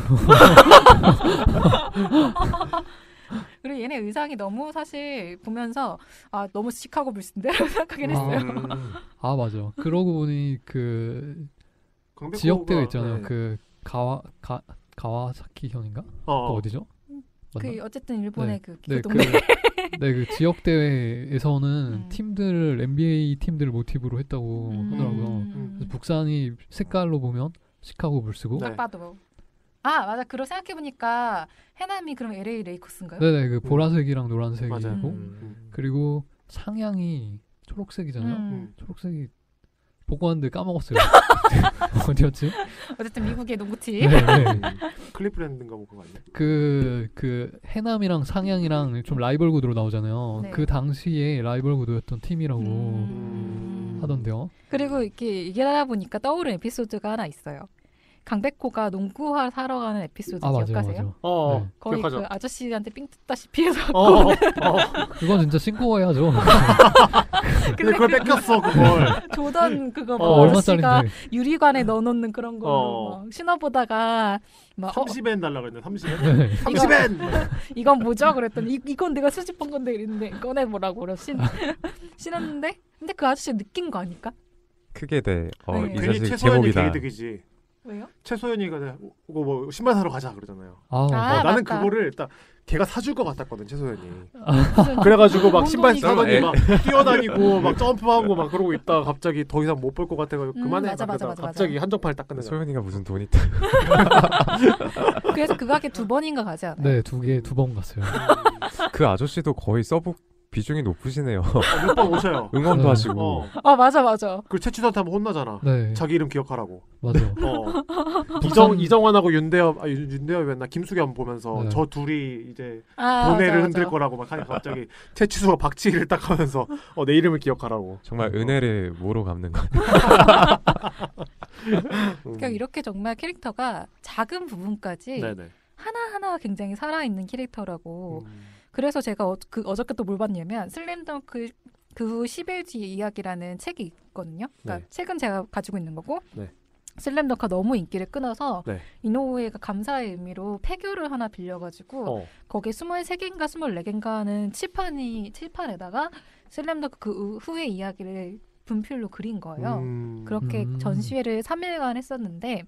그리고 얘네 의상이 너무 사실 보면서 아 너무 시크하고 불신데 [LAUGHS] 생각하긴 했어요. [LAUGHS] 음. [LAUGHS] 아 맞아. 그러고 보니 그 강백호가- 지역대가 있잖아요. 네. 그 가와 가 가와사키 현인가? 어, 어. 그 어디죠? 맞나? 그 어쨌든 일본의 그, 그 네, 그, 동네 [LAUGHS] 네, 그 지역 대회에서는 음. 팀들을 NBA 팀들을 모티브로 했다고 음. 하더라고요. 그래서 북산이 색깔로 보면 시카고 불스고, 네. 딱 봐도 아 맞아. 그럼 생각해 보니까 해남이 그럼 LA 레이커스인가요? 네, 네그 보라색이랑 노란색이고, 맞아요. 음. 음. 그리고 상향이 초록색이잖아요. 음. 초록색이 보고 왔는데 [LAUGHS] 까먹었어요. [LAUGHS] 어디였지? 어쨌든 미국의 농구팀. [LAUGHS] 네, 네. 음. [LAUGHS] 클리프랜드인가 뭐 그거 아니야? 그, 그, 해남이랑 상향이랑 좀 라이벌 구도로 나오잖아요. 네. 그 당시에 라이벌 구도였던 팀이라고 음. 하던데요. 그리고 이렇게 얘기하다 보니까 떠오른 에피소드가 하나 있어요. 강백호가 농구화 사러 가는 에피소드 아, 맞아요, 기억하세요? 그 맞아요. 어, 네. 거의 기억하죠. 그 아저씨한테 삥 뜯다시피 해서 어, 어, 어. 그건 진짜 [LAUGHS] 신고 해야죠. [LAUGHS] 근데 그걸 뺏겼어 그걸. 조던 그거 어, 뭐 아저씨가 얼마짜린데. 유리관에 넣어놓는 그런 걸로 어. 막 신어보다가 막 어, 30엔 달라 그랬는데 30엔. 네. 30엔. 이건 뭐죠? 그랬더니 이, 이건 내가 수집한 건데 이랬는데 꺼내보라고 그래서 신, 신었는데 근데 그 아저씨 느낀 거 아닐까? 크게 돼. 어, 네. 이 괜히 사실 최소연이 제목이다. 개이득이지. 왜요? 최소연이가 내가 어, 이거 뭐 신발 사러 가자 그러잖아요. 아, 어, 아, 나는 맞다. 아. 그거를 일단 걔가 사줄 것 같았거든 최소연이. 무슨 그래가지고 막 신발 운동이가- 사더니 에. 막 네. [LAUGHS] 뛰어다니고 막 점프하고 막 그러고 있다가 갑자기 더 이상 못 볼 것 같아가지고 음, 그만해. 맞아, 막 맞아, 그러다가 맞아, 갑자기 한정판을 딱 끝내잖아. 음. 소연이가 무슨 돈이 있다. 그래서 그 가게 두 번인가 가지 않아요? 네, 두 개, 두 번 갔어요. 음. 그 아저씨도 거의 서브 비중이 높으시네요. [LAUGHS] 몇번 오셔요. 응원도 어. 하시고. 어. 아 맞아 맞아 그 채취단 타면 혼나잖아. 네, 자기 이름 기억하라고. [LAUGHS] 맞아요. 어. 이정 북한- 이정환하고 윤대엽 아 윤- 윤대엽이었나 김수겸 보면서 네. 저 둘이 이제 아, 돈해를 맞아, 흔들 맞아. 거라고 막 하니까 갑자기 채취수가 박치기를 딱 하면서 어, 내 이름을 기억하라고. 정말 은혜를 뭐로 갚는 거. 음. 그러니까 이렇게 정말 캐릭터가 작은 부분까지 네네. 하나하나 굉장히 살아있는 캐릭터라고 음. 그래서 제가 어, 그 어저께 또 뭘 봤냐면 슬램덩크 그후 11지 이야기라는 책이 있거든요. 네. 그러니까 책은 제가 가지고 있는 거고 네. 슬램덩크가 너무 인기를 끊어서 네. 이노우에가 감사의 의미로 폐교를 하나 빌려가지고 어. 거기에 23개인가 24개인가 하는 칠판이 칠판에다가 슬램덩크 그 후의 이야기를 분필로 그린 거예요. 음. 그렇게 음. 전시회를 3일간 했었는데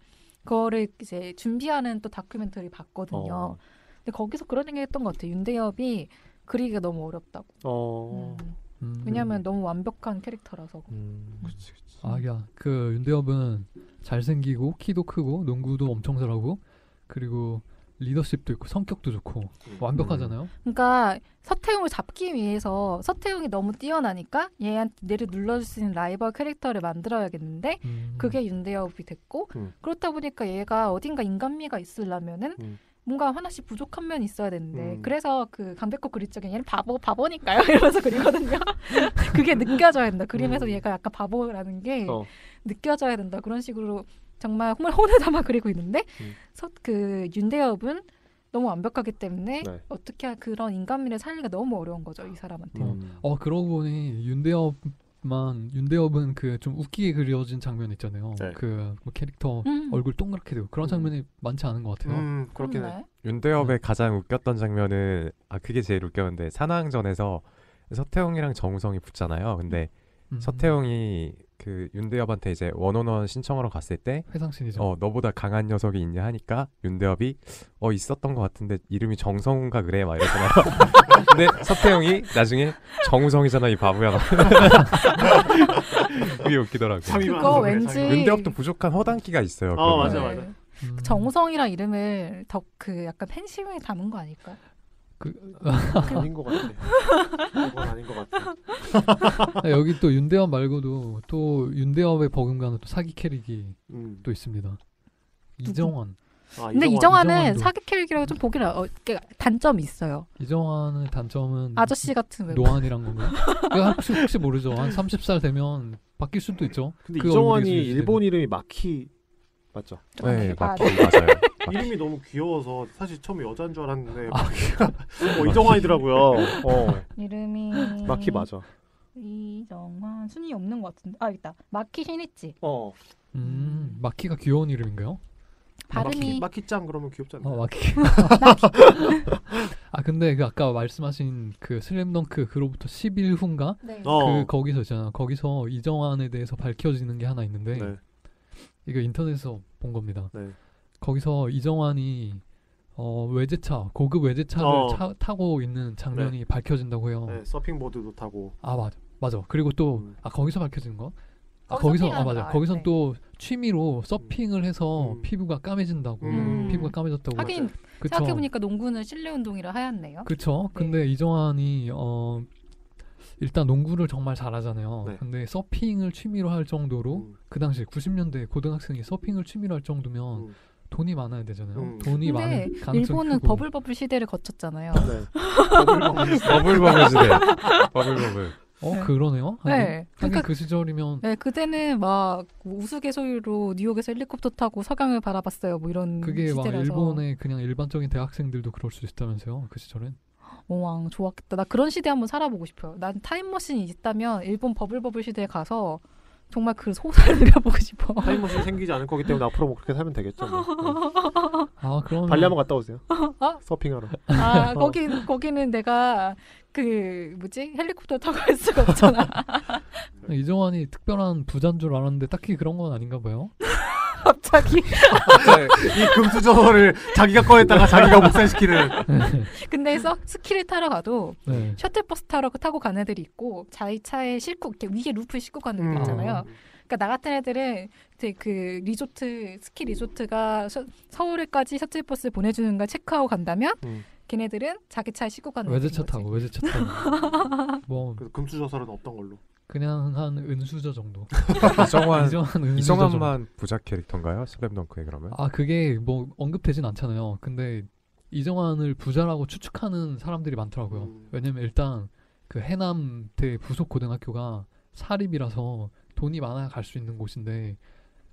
그거를 이제 준비하는 또 다큐멘터리 봤거든요. 어. 근데 거기서 그런 얘기 했던 것 같아요. 윤대엽이 그리기가 너무 어렵다고. 어. 음. 음. 왜냐면 너무 완벽한 캐릭터라서. 음. 그치, 그치. 아야 그 윤대엽은 잘생기고 키도 크고 농구도 엄청 잘하고 그리고 리더십도 있고 성격도 좋고 완벽하잖아요. 그러니까 서태웅을 잡기 위해서 서태웅이 너무 뛰어나니까 얘한테 내를 눌러줄 수 있는 라이벌 캐릭터를 만들어야겠는데 음. 그게 윤대엽이 됐고 음. 그렇다 보니까 얘가 어딘가 인간미가 있으려면은 음. 뭔가 하나씩 부족한 면이 있어야 되는데 음. 그래서 그 강백호 그릴 적에 얘는 바보 바보니까요 [LAUGHS] 이러면서 그리거든요 그게 느껴져야 된다 그림에서 음. 얘가 약간 바보라는 게 어. 느껴져야 된다 그런 식으로 정말 홍을 혼을 담아 그리고 있는데 음. 서- 그 윤대엽은 너무 완벽하기 때문에 네. 어떻게 그런 인간미를 살리기가 너무 어려운 거죠 이 사람한테. 는 음. 어 그러고 보니 윤대엽만 윤대엽은 그 좀 웃기게 그려진 장면 있잖아요. 네. 그뭐 캐릭터 음. 얼굴 동그랗게 되고 그런 장면이 많지 않은 것 같아요. 음, 그렇긴 해. 그렇네. 윤대엽의 가장 웃겼던 장면은 아 그게 제일 웃겼는데 산왕전에서 서태웅이랑 정우성이 붙잖아요. 근데 음. 서태웅이 그 윤대엽한테 이제 원원원 신청하러 갔을 때 회상신이죠. 어, 너보다 강한 녀석이 있냐 하니까 윤대엽이 어 있었던 것 같은데 이름이 정성훈가 그래 막 이러잖아요. [LAUGHS] 근데 서태웅이 나중에 정우성이잖아 이 바보야. [LAUGHS] 그게 웃기더라고. 참이 많은 그거 소리를 왠지- 참이 네. 윤대엽도 부족한 허당기가 있어요. 어, 그러면. 맞아, 네. 맞아. 음. 정우성이란 이름을 더 그 약간 팬심에 담은 거 아닐까? 많은- 아닌 것 같아. 그건 아닌 것 같아. 아, 여기 또 윤대엽 말고도 또 윤대엽의 버금가는 또 사기 캐릭이 음. 또 있습니다. 이정환. 아, 근데 이정환, 이정환은 이정환도. 사기 캐릭이라고 좀 보기는 어, 이렇게 단점이 있어요. 이정환의 단점은 아저씨 같은 외모. 노안이란 건가요? 그러니까 혹시, 혹시 모르죠. 한 30살 되면 바뀔 수도 있죠. 근데 그 이정환이 얼굴이 있을 일본 이름이 마키 맞죠? 네, 아, 맞, 맞아요. 이름이 너무 귀여워서 사실 처음에 여자인 줄 알았는데 [LAUGHS] 어, 이정환이더라고요. 어, 이름이 마키 맞아. 이정환 순위 없는 것 같은데. 아 있다. 마키 히니치. 어, 음, 마키가 귀여운 이름인가요? 발음이 아, 마키짱 그러면 귀엽지 않나? 어, 마키. [LAUGHS] 아, 근데 그 아까 말씀하신 그 슬램덩크 그로부터 10일 후인가? 네. 어. 그 거기서 있잖아. 거기서 이정환에 대해서 밝혀지는 게 하나 있는데 네. 이거 인터넷에서 본 겁니다. 네. 거기서 이정환이 어, 외제차, 고급 외제차를 어. 차- 타고 있는 장면이 밝혀진다고 해요. 네, 서핑 보드도 타고. 아 맞아 맞아 그리고 또 아 음. 거기서 밝혀지는 거? 아 거기서 거기서 아 서핑하는 맞아 거, 거기선 네. 또 취미로 서핑을 해서 음. 피부가 까매진다고 음. 피부가 까매졌다고 하긴 그쵸 생각해 보니까 농구는 실내 운동이라 하얗네요. 그쵸 네. 근데 이정환이 어 일단 농구를 정말 잘하잖아요 네. 근데 서핑을 취미로 할 정도로 음. 그 당시 90년대 고등학생이 서핑을 취미로 할 정도면 음. 돈이 많아야 되잖아요 음. 근데 돈이 많은 가능성이 일본은 크고. 버블버블 시대를 거쳤잖아요. 네. [LAUGHS] 버블버블 시대. 버블버블. 어 그러네요 하긴, 네. 하긴 그러니까- 그 시절이면 네, 그때는 막 우스갯소리로 뉴욕에서 헬리콥터 타고 서강을 바라봤어요. 뭐 이런 그게 막 시대라서. 일본의 그냥 일반적인 대학생들도 그럴 수 있다면서요 그 시절엔 왕 좋았겠다. 나 그런 시대 한번 살아보고 싶어요. 난 타임머신이 있다면 일본 버블버블 시대에 가서 정말 그 소설 [LAUGHS] 누려보고 싶어. 타임머신 생기지 않을 거기 때문에 앞으로 뭐 그렇게 살면 되겠죠. 뭐. 아 그러면 발리 한번 갔다 오세요. 어? 서핑하러. 어. 아, 거기 거기는 내가 그 뭐지 헬리콥터 타고 갈 수가 없잖아. [LAUGHS] 이정환이 특별한 부자인 줄 알았는데 딱히 그런 건 아닌가 [LAUGHS] 봐요. 갑자기. 이 금수저를 자기가 꺼냈다가 자기가 [LAUGHS] 목살시키는. 근데 서 스키를 타러 가도 [LAUGHS] 네. 셔틀버스 타러 그 타고 간 애들이 있고 자기 차에 싣고 이렇게 위에 루프 싣고 가는 애들 음. 있잖아요. 그러니까 나 같은 애들은 이제 그 리조트 스키 리조트가 서, 서울에까지 셔틀버스 보내주는가 체크하고 간다면 음. 걔네들은 자기 차에 싣고 가는 외제차 애들인 거지. 타고 외제차 타고 [LAUGHS] 뭐 그래서 금수저설은 없던 걸로. 그냥 한 은수저 정도. [LAUGHS] 어, 이정환 이정환. 은수저 정도. 이정환만 부자 캐릭터인가요? 슬램덩크에 그러면? 아 그게 뭐 언급되진 않잖아요. 근데 이정환을 부자라고 추측하는 사람들이 많더라고요. 음. 왜냐면 일단 그 해남대 부속 고등학교가 사립이라서 돈이 많아야 갈 수 있는 곳인데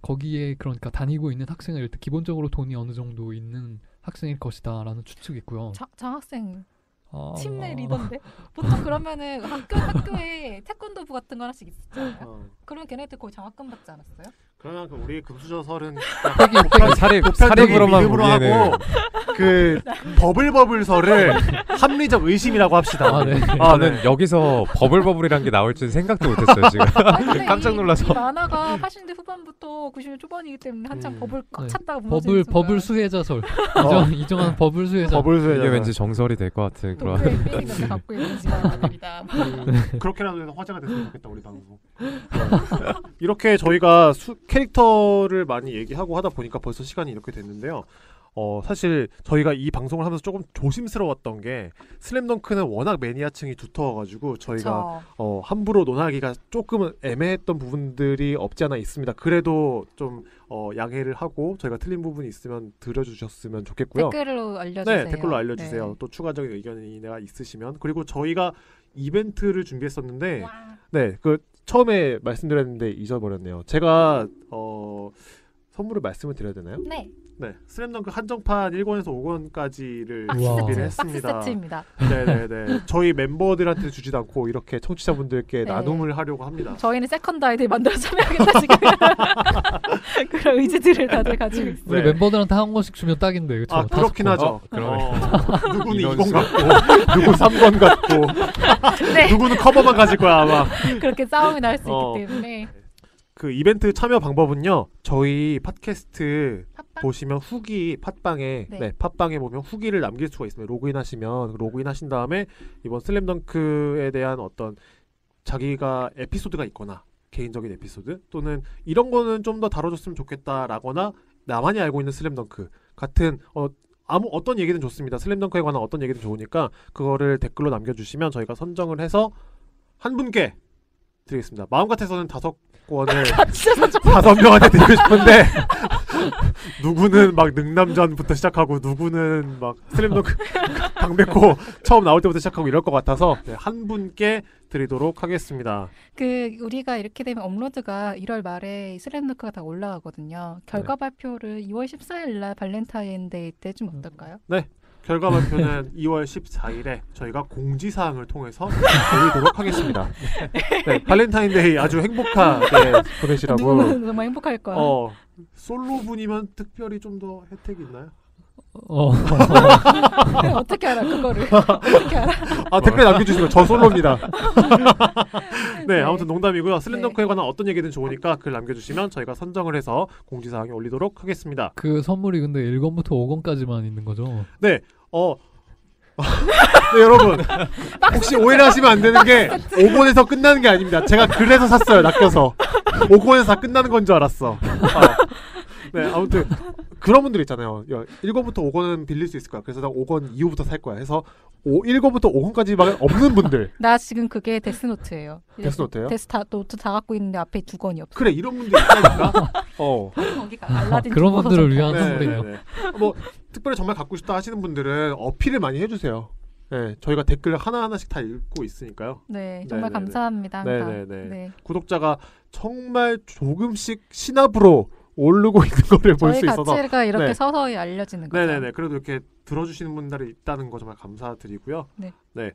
거기에 그러니까 다니고 있는 학생은 일단 기본적으로 돈이 어느 정도 있는 학생일 것이다라는 추측이 있고요. 자, 장학생 아, 침례 리더인데 보통 그러면은 학교 학교에 태권도부 같은 거 하나씩 있었잖아요. 어. 그러면 걔네들 거의 장학금 받지 않았어요? 그러면 그 우리의 금수저설은 아니, 사립 사립으로만 예, 네. 으로 보기에는 하고 그 버블버블설을 합리적 의심이라고 합시다. [LAUGHS] 아, 네. 저는 여기서 버블버블이란 게 나올 줄 생각도 못했어요 지금. 아니, 근데 깜짝 이- 놀라서. 이 만화가 80년대 후반부터 90년 초반이기 때문에 한참 음. 버블 꽉 네. 찼다가 버블 무너지는 순간. 버블 [LAUGHS] 수혜자설 이정 이정한 버블 수혜자 어. 버블설 이게 왠지 정설이 될 것 같은 그런. 독도의 삐리면서 갖고 네. 있는 지방입니다. 음, 그렇게라도 해서 화제가 됐으면 좋겠다 우리 방송. 네. 이렇게 저희가 수, 캐릭터를 많이 얘기하고 하다 보니까 벌써 시간이 이렇게 됐는데요. 어 사실 저희가 이 방송을 하면서 조금 조심스러웠던 게 슬램덩크는 워낙 매니아층이 두터워가지고 저희가 [LAUGHS] 저 어 함부로 논하기가 조금은 애매했던 부분들이 없지 않아 있습니다. 그래도 좀 어, 양해를 하고 저희가 틀린 부분이 있으면 들어주셨으면 좋겠고요. 댓글로 알려주세요. 네, 댓글로 알려주세요. 또 추가적인 의견이나 있으시면 그리고 저희가 이벤트를 준비했었는데 네, 그 처음에 말씀드렸는데 잊어버렸네요. 제가 어 선물을 말씀을 드려야 되나요? 네, 네, 슬램덩크 한정판 1권에서 아. 5권까지를 박스 우와. 준비를 세트, 박스 했습니다. 세트입니다. 네네네. 저희 멤버들한테 주지도 않고 이렇게 청취자분들께 네. 나눔을 하려고 합니다. 저희는 세컨드 아이들 만들어 참여하겠다 지금 [LAUGHS] 그런 의지들을 다들 가지고 있어요. 우리 네. 멤버들한테 한 권씩 주면 딱인데 그쵸? 아 다섯 그렇긴 권. 하죠. 어, 그러네. 어, 누구는 이건 2권 같고, 누구 3권 같고, 네, 누구는 커버만 가질 거야 아마. 그렇게 싸움이 날 수 어. 있기 때문에 그 이벤트 참여 방법은요. 저희 팟캐스트 팟빵 보시면 후기 팟빵에 네. 네. 팟빵에 보면 후기를 남길 수가 있습니다. 로그인하시면 로그인하신 다음에 이번 슬램덩크에 대한 어떤 자기가 에피소드가 있거나 개인적인 에피소드 또는 이런 거는 좀 더 다뤄줬으면 좋겠다라거나 나만이 알고 있는 슬램덩크 같은 어 아무 어떤 얘기든 좋습니다. 슬램덩크에 관한 어떤 얘기든 좋으니까 그거를 댓글로 남겨주시면 저희가 선정을 해서 한 분께 드리겠습니다. 마음 같아서는 다섯 권을 다섯 명한테 드리고 싶은데 [LAUGHS] 누구는 막 능남전부터 시작하고 누구는 막 슬램덩크 [LAUGHS] 강백호 처음 나올 때부터 시작하고 이럴 것 같아서 네, 한 분께 드리도록 하겠습니다. [LAUGHS] 그 우리가 이렇게 되면 업로드가 1월 말에 슬램덩크가 다 올라가거든요. 결과 네. 발표를 2월 14일 날 발렌타인데이 때 좀 음. 어떨까요? 결과 발표는 2월 14일에 저희가 공지사항을 통해서 드리도록 하겠습니다. 네, 발렌타인데이 아주 행복하게 보내시라고. 누구는 너무 행복할 거야. 아, 어, 솔로 분이면 특별히 좀 더 혜택이 있나요? 어. [LAUGHS] 어떻게 [LAUGHS] 알아 그거를? 어떻게 알아? 아 댓글 남겨주시면 저 솔로입니다. 네 아무튼 농담이고요. 슬램덩크에 관한 어떤 얘기든 좋으니까 글 남겨주시면 저희가 선정을 해서 공지사항에 올리도록 하겠습니다. 그 선물이 근데 1권부터 5권까지만 있는 거죠? 어. [LAUGHS] 네 여러분 혹시 오해를 하시면 안 되는 게 5권에서 끝나는 게 아닙니다. 제가 그래서 샀어요 낚여서 5권에서 다 끝나는 건 줄 알았어. 아. 네 아무튼 그런 분들 있잖아요. 야, 1권부터 5권은 빌릴 수 있을 거야. 그래서 나 5권 이후부터 살 거야. 해서 5, 1권부터 5권까지밖에 없는 분들 나 지금 그게 데스노트예요. 데스노트예요? 데스 다 노트 다 갖고 있는데 앞에 두 [LAUGHS] 권이 없어. 그래 이런 분들 있다니까. 어. 거기가 알라딘 그런 중고서점. 분들을 위한 네, 선물이네요. 네, 네. 뭐 특별히 정말 갖고 싶다 하시는 분들은 어필을 많이 해주세요. 네, 저희가 댓글 하나 하나씩 다 읽고 있으니까요. 네, 네, 정말 네, 네. 감사합니다. 네, 항상. 네, 네. 구독자가 정말 조금씩 신압으로 오르고 있는 거를 볼 저희 수 있어서 가치가 이렇게 네. 서서히 알려지는 거죠. 네네네 그래도 이렇게 들어주시는 분들이 있다는 거 정말 감사드리고요 네. 네.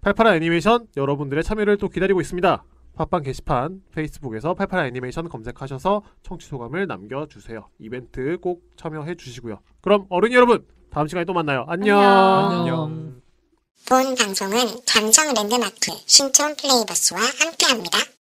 팔팔한 애니메이션 여러분들의 참여를 또 기다리고 있습니다 팟빵 게시판 페이스북에서 팔팔한 애니메이션 검색하셔서 청취 소감을 남겨주세요 이벤트 꼭 참여해 주시고요 그럼 어른이 여러분 다음 시간에 또 만나요 안녕. 안녕. 안녕. 본 방송은 감정 랜드마크 신촌 플레이버스와 함께합니다.